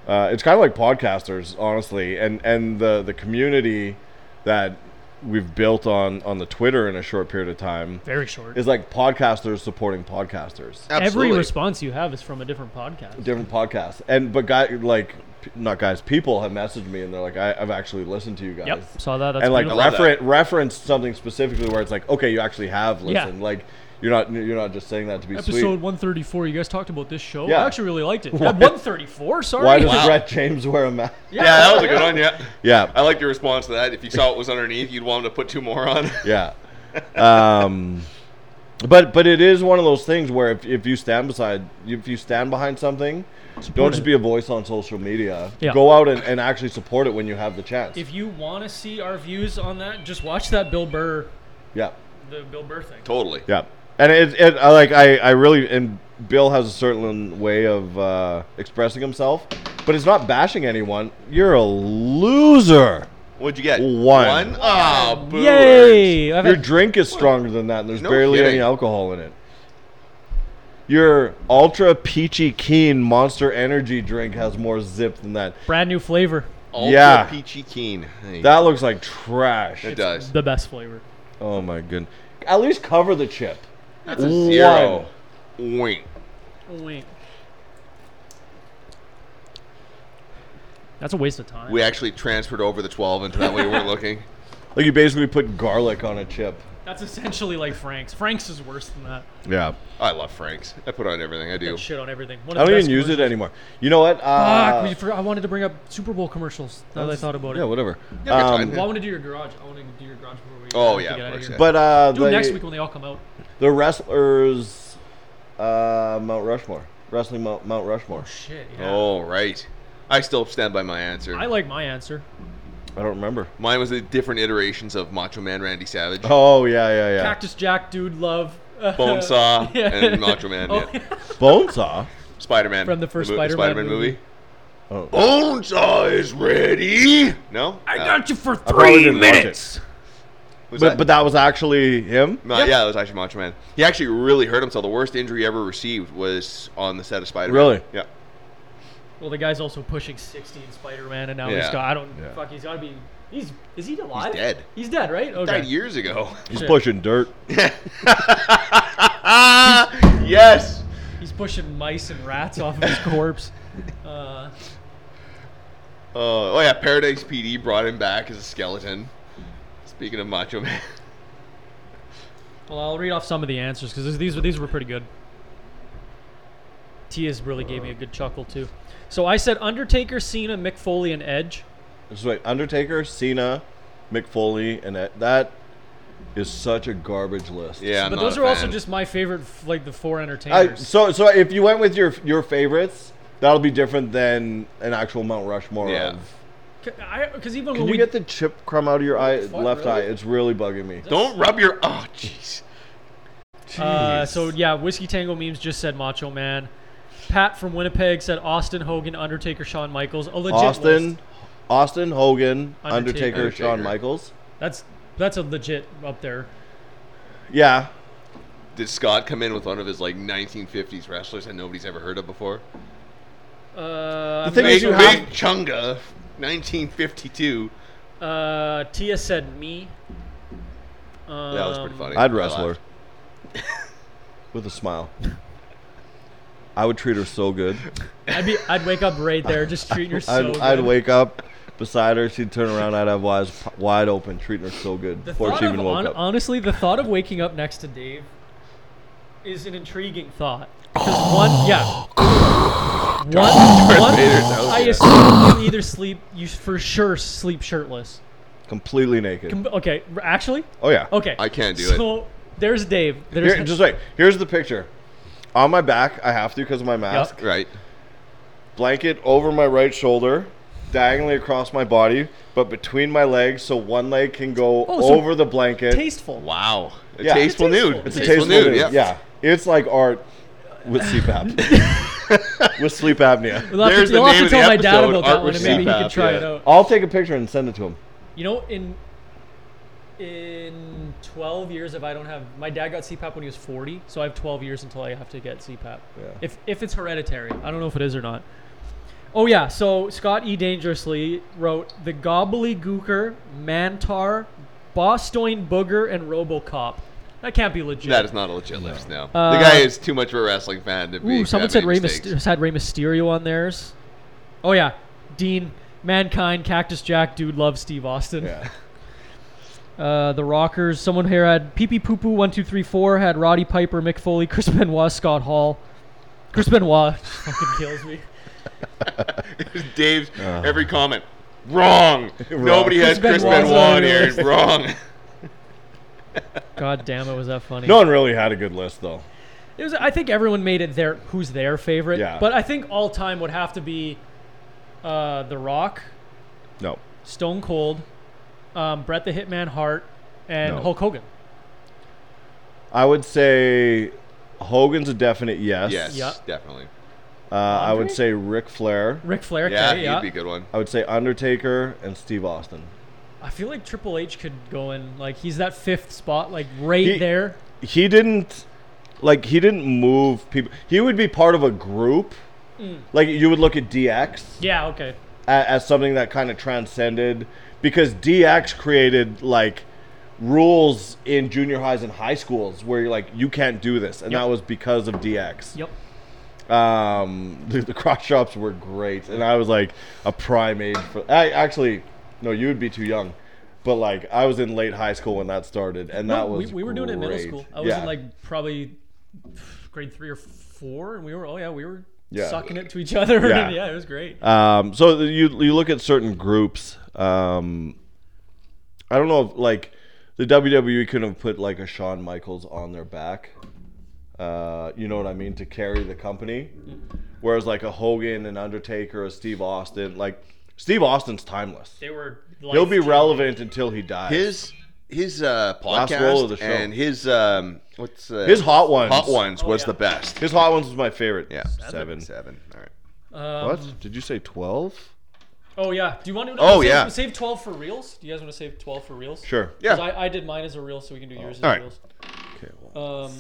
Speaker 5: uh, it's kind of like podcasters honestly and and the the community that we've built on on the twitter in a short period of time
Speaker 4: Very short.
Speaker 5: is like podcasters supporting podcasters
Speaker 4: Every
Speaker 3: Absolutely.
Speaker 4: response you have is from a different podcast.
Speaker 5: different podcasts. And but guy like p- not guys, people have messaged me and they're like, I, I've actually listened to you guys.
Speaker 4: Yep, saw that. That's
Speaker 5: and like
Speaker 4: beautiful.
Speaker 3: love
Speaker 5: refer- referenced something specifically where it's like, okay, you actually have
Speaker 4: Yeah.
Speaker 5: listened. Like you're not you're not just saying that to be
Speaker 4: Episode
Speaker 5: sweet.
Speaker 4: 134. You guys talked about this show.
Speaker 5: Yeah.
Speaker 4: I actually
Speaker 5: [laughs]
Speaker 4: really liked it. Yeah,
Speaker 5: Why-
Speaker 4: 134. Sorry.
Speaker 5: Why does
Speaker 3: Wow.
Speaker 5: Brett James wear a mask?
Speaker 3: Yeah, that was a good one. Yeah. I
Speaker 5: Yeah,
Speaker 3: liked your response to that. If you saw what was underneath, you'd want him to put two more on.
Speaker 5: yeah. Um, but but it is one of those things where if, if you stand beside if you stand behind something, don't just
Speaker 4: it.
Speaker 5: be a voice on social media.
Speaker 4: Yeah.
Speaker 5: Go out and, and actually support it when you have the chance.
Speaker 4: If you want to see our views on that, just watch that Bill Burr,
Speaker 5: yeah.
Speaker 4: the Bill Burr thing.
Speaker 3: [laughs] totally.
Speaker 5: Yeah, and it, it I like I, I really and Bill has a certain way of uh, expressing himself, but it's not bashing anyone. You're a loser.
Speaker 3: What'd you get?
Speaker 5: One.
Speaker 3: One? Oh, boo.
Speaker 4: Yay! I've
Speaker 5: Your
Speaker 4: had,
Speaker 5: drink is stronger than that, and there's
Speaker 3: No
Speaker 5: barely any
Speaker 3: kidding.
Speaker 5: alcohol in it. Your ultra peachy keen Monster Energy drink has more zip than that.
Speaker 4: brand new flavor.
Speaker 3: Ultra
Speaker 5: Yeah.
Speaker 3: peachy keen. Hey,
Speaker 5: That looks like trash.
Speaker 3: it does.
Speaker 4: The best flavor.
Speaker 5: Oh my goodness! At least cover the chip.
Speaker 3: That's a zero. Wink.
Speaker 4: Wink. That's a waste of time.
Speaker 3: We actually transferred over the 12 into that way we were looking.
Speaker 5: Like you basically put garlic on a chip.
Speaker 4: That's essentially like Frank's. Frank's is worse than that.
Speaker 5: Yeah.
Speaker 3: I love Frank's. I put on everything I do.
Speaker 4: Shit on everything. One
Speaker 5: I
Speaker 4: of the
Speaker 5: don't even
Speaker 4: best
Speaker 5: use it
Speaker 4: commercials.
Speaker 5: anymore. You know what? Uh,
Speaker 4: Fuck, we for- I wanted to bring up Super Bowl commercials. Now that I thought about it.
Speaker 5: yeah, whatever.
Speaker 3: Yeah, we're
Speaker 5: Um,
Speaker 3: fine.
Speaker 4: Well, I want to do your garage. I want to do your garage before we.
Speaker 3: Oh,
Speaker 4: have to
Speaker 3: yeah,
Speaker 4: get
Speaker 3: of
Speaker 4: out
Speaker 3: course,
Speaker 4: here.
Speaker 3: yeah.
Speaker 5: but uh,
Speaker 4: Do it
Speaker 5: the,
Speaker 4: next week when they all come out.
Speaker 5: the wrestlers, uh, Mount Rushmore, wrestling Mount, Mount Rushmore.
Speaker 4: Shit. Yeah.
Speaker 3: Oh, right. I still stand by my answer.
Speaker 4: I like my answer.
Speaker 5: I don't remember.
Speaker 3: Mine was the different iterations of Macho Man Randy Savage,
Speaker 5: Oh yeah, yeah, yeah.
Speaker 4: Cactus Jack, dude, love.
Speaker 3: Bonesaw,
Speaker 4: [laughs] Yeah.
Speaker 3: and Macho Man.
Speaker 4: Oh,
Speaker 3: yeah.
Speaker 5: Bonesaw.
Speaker 3: Spider Man.
Speaker 4: From the first Spider-Man movie.
Speaker 3: movie.
Speaker 5: Oh.
Speaker 3: Bonesaw is ready. No?
Speaker 4: [laughs] I got you for
Speaker 5: probably
Speaker 4: three
Speaker 5: didn't watch it.
Speaker 4: minutes.
Speaker 3: Was
Speaker 5: But
Speaker 3: that-
Speaker 5: but that was actually him.
Speaker 3: No, yeah, it was actually Macho Man. He actually really hurt himself. The worst injury he ever received was on the set of Spider Man.
Speaker 5: Really?
Speaker 3: Yeah.
Speaker 4: Well, the guy's also pushing 16 Spider-Man, and now he's
Speaker 3: Yeah.
Speaker 4: got. I don't.
Speaker 5: Yeah.
Speaker 4: Fuck, he's got to be. He's is he alive?
Speaker 3: dead.
Speaker 4: He's dead, right? Okay.
Speaker 3: Died years [laughs] ago.
Speaker 5: He's
Speaker 4: Shit.
Speaker 5: pushing dirt.
Speaker 3: yes.
Speaker 4: He's pushing mice and rats off
Speaker 3: [laughs]
Speaker 4: of his corpse. Uh,
Speaker 3: Oh, oh yeah, Paradise PD brought him back as a skeleton. Speaking of Macho Man. [laughs]
Speaker 4: well, I'll read off some of the answers because these were these were pretty good. Tia's really gave me a good chuckle too. So I said Undertaker, Cena, Mick Foley, and Edge.
Speaker 5: Just wait, Undertaker, Cena, Mick Foley, and that, that is such a garbage list.
Speaker 3: Yeah, I'm
Speaker 4: but
Speaker 3: not
Speaker 4: those
Speaker 3: a
Speaker 4: are also
Speaker 3: fan.
Speaker 4: just my favorite, f- like the four
Speaker 5: I,
Speaker 4: entertainers.
Speaker 5: so so if you went with your your favorites, that'll be different than an actual Mount Rushmore.
Speaker 3: Yeah.
Speaker 5: Of,
Speaker 4: Because even
Speaker 5: can
Speaker 4: when
Speaker 5: you
Speaker 4: we
Speaker 5: get the chip crumb out of your eye,
Speaker 4: fuck,
Speaker 5: left
Speaker 4: really?
Speaker 5: eye? It's really bugging me.
Speaker 3: Don't rub your oh jeez.
Speaker 4: Uh, so yeah, whiskey tango memes just said Macho Man. Pat from Winnipeg said Austin Hogan, Undertaker, Shawn Michaels. A legit
Speaker 5: Austin,
Speaker 4: list.
Speaker 5: Austin Hogan,
Speaker 4: Undertaker.
Speaker 5: Undertaker, Shawn
Speaker 3: Undertaker.
Speaker 5: Michaels.
Speaker 4: That's that's a legit up there.
Speaker 5: Yeah,
Speaker 3: Did Scott come in with one of his like 1950s wrestlers that nobody's ever heard of before?
Speaker 4: Uh,
Speaker 5: The thing
Speaker 3: Big,
Speaker 5: is you have-
Speaker 3: Big Chunga, 1952.
Speaker 4: uh, Tia said me. Um,
Speaker 3: that was pretty funny.
Speaker 5: I'd
Speaker 3: I
Speaker 5: wrestle her
Speaker 3: laughed.
Speaker 5: [laughs] with a smile. I would treat her so good.
Speaker 4: I'd be I'd wake up right
Speaker 5: [laughs]
Speaker 4: there, just treating her [laughs] so.
Speaker 5: I'd, I'd
Speaker 4: good.
Speaker 5: wake up beside her. She'd turn around. I'd have eyes p- wide open, treating her so good
Speaker 4: The
Speaker 5: before
Speaker 4: thought
Speaker 5: she
Speaker 4: of,
Speaker 5: even woke
Speaker 4: hon-
Speaker 5: up.
Speaker 4: honestly, the thought of waking up next to Dave is an intriguing thought.
Speaker 3: [gasps]
Speaker 4: Because one, yeah. One, one, I assume you either sleep, you for sure sleep shirtless.
Speaker 5: Completely naked.
Speaker 4: Com- Okay, r- actually,
Speaker 5: oh yeah.
Speaker 4: okay.
Speaker 3: I can't do
Speaker 4: so,
Speaker 3: it.
Speaker 4: there's Dave. There's
Speaker 5: Here, just wait. Here's the picture. On my back, I have to because of my mask.
Speaker 4: Yep.
Speaker 3: Right.
Speaker 5: Blanket over my right shoulder, diagonally across my body, but between my legs, so one leg can go
Speaker 4: Oh, so
Speaker 5: over the blanket.
Speaker 4: tasteful.
Speaker 3: Wow. A
Speaker 5: Yeah.
Speaker 3: tasteful
Speaker 4: It's
Speaker 3: nude.
Speaker 4: tasteful.
Speaker 5: It's a tasteful
Speaker 3: nude.
Speaker 5: nude. Yeah. It's like art with
Speaker 3: [laughs]
Speaker 5: CPAP. with sleep apnea.
Speaker 4: You'll have
Speaker 3: There's
Speaker 4: to, you'll
Speaker 3: the
Speaker 4: have to
Speaker 3: name
Speaker 4: tell
Speaker 3: of
Speaker 4: my
Speaker 3: the
Speaker 4: dad
Speaker 3: episode,
Speaker 4: about that
Speaker 3: Art
Speaker 4: one,
Speaker 3: with
Speaker 4: and maybe he can
Speaker 3: CPAP,
Speaker 4: try
Speaker 3: yeah.
Speaker 4: it out.
Speaker 5: I'll take a picture and send it to him.
Speaker 4: You know, in in 12 years, if I don't have my dad got CPAP when he was 40, so I have 12 years until I have to get CPAP.
Speaker 5: Yeah.
Speaker 4: If if it's hereditary, I don't know if it is or not. Oh yeah, so Scott E. Dangerously wrote the Gobbledygooker, Mantar, Bostoin Booger, and RoboCop. That can't be legit.
Speaker 3: That is not a legit list, no.
Speaker 4: Uh,
Speaker 3: the guy is too much of a wrestling fan to be.
Speaker 4: Ooh,
Speaker 3: to
Speaker 4: someone
Speaker 3: have
Speaker 4: said
Speaker 3: any
Speaker 4: Rey,
Speaker 3: mistakes.
Speaker 4: Myster- had Rey Mysterio on theirs. Oh yeah, Dean, Mankind, Cactus Jack, Dude Love, Steve Austin.
Speaker 5: Yeah.
Speaker 4: Uh, the Rockers. Someone here had Pee Pee Poo Poo One Two Three Four. Had Roddy Piper, Mick Foley, Chris Benoit, Scott Hall. Chris Benoit [laughs] fucking kills me.
Speaker 3: [laughs] Dave's
Speaker 5: Uh.
Speaker 3: every comment.
Speaker 5: [laughs]
Speaker 3: Wrong. Nobody has Chris
Speaker 4: Chris Benoit's
Speaker 3: Benoit
Speaker 4: on
Speaker 3: on here.
Speaker 4: your [laughs]
Speaker 3: It's wrong.
Speaker 4: God damn it, was that funny?
Speaker 5: No one really had a good list though.
Speaker 4: it was. I think everyone made it their who's their favorite.
Speaker 5: Yeah.
Speaker 4: But I think all time would have to be uh, The Rock,
Speaker 5: No.
Speaker 4: Stone Cold, um, Bret the Hitman Hart, and
Speaker 5: No.
Speaker 4: Hulk Hogan.
Speaker 5: I would say Hogan's a definite yes.
Speaker 3: Yes,
Speaker 4: Yeah.
Speaker 3: definitely.
Speaker 5: Uh, I would
Speaker 4: Andre?
Speaker 5: say Ric Flair.
Speaker 4: Ric Flair. okay,
Speaker 3: Yeah,
Speaker 4: yeah.
Speaker 3: he'd be a good one.
Speaker 5: I would say Undertaker and Steve Austin.
Speaker 4: I feel like Triple H could go in. Like he's that fifth spot, like right
Speaker 5: He-
Speaker 4: there.
Speaker 5: He didn't like he didn't move people. He would be part of a group. Like you would look at DX
Speaker 4: Mm. Yeah. Okay.
Speaker 5: a- as something that kind of transcended because DX created like rules in junior highs and high schools where you're like you can't do this, and
Speaker 4: Yep.
Speaker 5: that was because of DX.
Speaker 4: Yep.
Speaker 5: Um, [laughs] the, the cross shops were great, and I was like a prime age for. I actually, no, you would be too young, but like I was in late high school when that started, and that
Speaker 4: No,
Speaker 5: was
Speaker 4: we, we were doing it in middle
Speaker 5: great.
Speaker 4: school. I was
Speaker 5: Yeah.
Speaker 4: in like probably grade three or four, and we were oh yeah, we were
Speaker 5: Yeah.
Speaker 4: sucking it to each other. and
Speaker 5: Yeah.
Speaker 4: [laughs] yeah it was great.
Speaker 5: Um, so th- you you look at certain groups. Um, I don't know if like the WWE couldn't have put like a Shawn Michaels on their back. Uh, you know what I mean to carry the company, whereas like a Hogan, an Undertaker, a Steve Austin, like Steve Austin's timeless.
Speaker 4: they were.
Speaker 5: He'll be
Speaker 4: life-changing.
Speaker 5: relevant until he dies.
Speaker 3: His his uh,
Speaker 5: Last
Speaker 3: podcast
Speaker 5: roll of the show.
Speaker 3: and his um what's uh,
Speaker 5: His Hot Ones.
Speaker 3: hot ones
Speaker 4: Oh,
Speaker 3: was
Speaker 4: yeah.
Speaker 3: the best.
Speaker 5: his hot ones was my favorite.
Speaker 3: Yeah.
Speaker 5: seven.
Speaker 3: Seven. All right.
Speaker 4: Um,
Speaker 5: What did you say? Twelve?
Speaker 4: Oh yeah. Do you want to?
Speaker 3: Oh,
Speaker 4: save,
Speaker 3: yeah.
Speaker 4: Save twelve for reels. Do you guys want to save twelve for reels?
Speaker 5: Sure.
Speaker 4: 'Cause
Speaker 3: Yeah.
Speaker 4: I, I did mine as a reel, so we can do yours as
Speaker 3: Oh. All right.
Speaker 4: reels.
Speaker 5: Okay. Well,
Speaker 4: Um,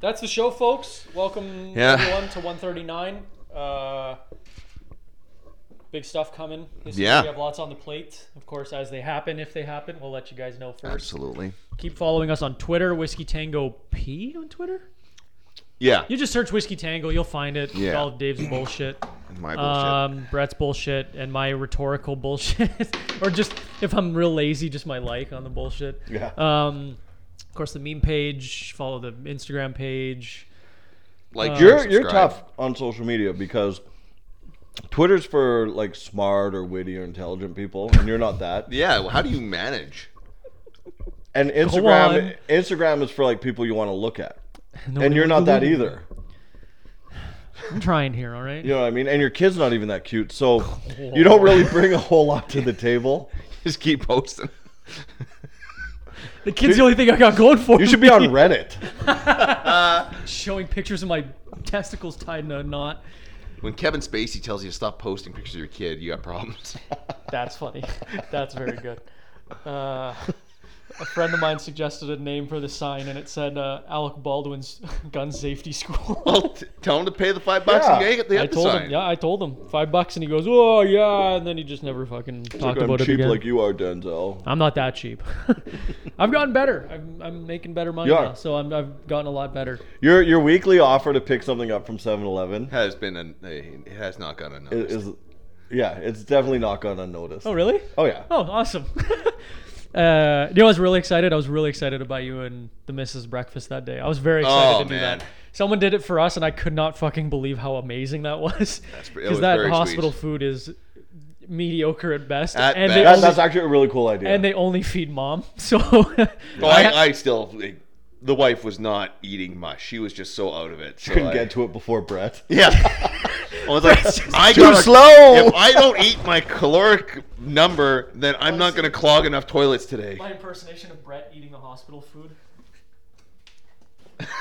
Speaker 4: That's the show, folks. Welcome
Speaker 3: Yeah.
Speaker 4: everyone to 139. Uh, big stuff coming. This
Speaker 3: Yeah.
Speaker 4: Year. We have lots on the plate, of course. As they happen, if they happen, we'll let you guys know first.
Speaker 3: Absolutely.
Speaker 4: Keep following us on Twitter, Whiskey Tango P on Twitter.
Speaker 3: Yeah.
Speaker 4: You just search Whiskey Tango, you'll find it.
Speaker 3: Yeah.
Speaker 4: All of Dave's bullshit.
Speaker 3: My bullshit.
Speaker 4: Um, Brett's bullshit and my rhetorical bullshit, [laughs] or just if I'm real lazy, just my like on the bullshit.
Speaker 5: yeah.
Speaker 4: Um, of course, the meme page. Follow the Instagram page. uh,
Speaker 3: like
Speaker 5: you're
Speaker 3: share,
Speaker 5: you're
Speaker 3: subscribe.
Speaker 5: tough on social media because Twitter's for like smart or witty or intelligent people, and you're not that.
Speaker 3: Yeah. Well, how do you manage? [laughs]
Speaker 5: And
Speaker 4: on.
Speaker 5: Instagram Instagram is for like people you want to look at, and you're not that either.
Speaker 4: I'm trying here. All right.
Speaker 5: You know what I mean? And your kid's not even that cute, so you don't really bring a whole lot to the table.
Speaker 3: Just keep posting. [laughs]
Speaker 4: The kid's the only thing I got going for.
Speaker 5: You should be
Speaker 4: [laughs]
Speaker 5: on Reddit.
Speaker 4: showing pictures of my testicles tied in a knot.
Speaker 3: When Kevin Spacey tells you to stop posting pictures of your kid, you got
Speaker 5: [laughs]
Speaker 3: problems.
Speaker 4: That's funny. [laughs] That's very good. Uh, a friend of mine suggested a name for the sign, and it said uh, Alec Baldwin's [laughs] Gun Safety School.
Speaker 5: [laughs]
Speaker 3: well, t- tell him to pay the five bucks
Speaker 5: Yeah.
Speaker 3: and get- get the
Speaker 4: I
Speaker 3: other
Speaker 4: told
Speaker 3: sign.
Speaker 4: him. Yeah, I told him five bucks, and he goes, "Oh yeah," and then he just never fucking talked
Speaker 5: I'm
Speaker 4: about it
Speaker 5: cheap
Speaker 4: again.
Speaker 5: like you are, Denzel.
Speaker 4: I'm not that cheap. [laughs] I've gotten better. I'm, I'm making better money
Speaker 5: You are.
Speaker 4: now, so I'm, I've gotten a lot better.
Speaker 5: Your your weekly offer to pick something up from 7-Eleven
Speaker 3: Has been an, it has not gone enough.
Speaker 5: is, is- yeah, it's definitely not gone unnoticed.
Speaker 4: Oh really?
Speaker 5: Oh yeah.
Speaker 4: Oh, awesome. [laughs] uh, you know, I was really excited. I was really excited to buy you and the missus breakfast that day. I was very excited
Speaker 3: Oh,
Speaker 4: to do that.
Speaker 3: man.
Speaker 4: Someone did it for us, and I could not fucking believe how amazing that [laughs] was.
Speaker 3: pre- it
Speaker 4: Because
Speaker 3: was
Speaker 4: that
Speaker 3: very
Speaker 4: hospital
Speaker 3: sweet.
Speaker 4: food is mediocre at best,
Speaker 3: At
Speaker 4: and
Speaker 3: best.
Speaker 4: they
Speaker 5: That,
Speaker 4: only,
Speaker 5: that's actually a really cool idea.
Speaker 4: and they only feed mom. [laughs] So
Speaker 3: Oh,
Speaker 4: [laughs]
Speaker 3: I, I still, the wife was not eating much. She was just so out of it. So
Speaker 5: couldn't
Speaker 3: I-
Speaker 5: get to it before Brett.
Speaker 3: [laughs]
Speaker 5: [laughs]
Speaker 3: Yeah. I was like, I
Speaker 5: too
Speaker 3: gotta-
Speaker 5: slow.
Speaker 3: If I don't eat my caloric number, then I'm not going to clog enough toilets today.
Speaker 4: my impersonation of Brett eating the hospital food.
Speaker 3: [laughs]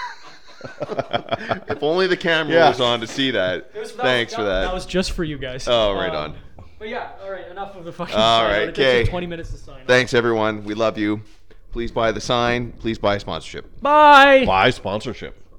Speaker 3: If only the camera
Speaker 5: Yeah.
Speaker 3: was on to see that. Thanks for that.
Speaker 4: That was just for you guys.
Speaker 3: oh, right
Speaker 4: Um,
Speaker 3: on.
Speaker 4: But yeah, all right. Enough of the fucking.
Speaker 3: All
Speaker 4: sign out.
Speaker 3: right,
Speaker 4: It takes us
Speaker 3: okay.
Speaker 4: Twenty minutes to sign. out.
Speaker 3: Thanks, everyone. We love you. Please buy the sign. Please buy sponsorship.
Speaker 4: Bye.
Speaker 5: Buy sponsorship.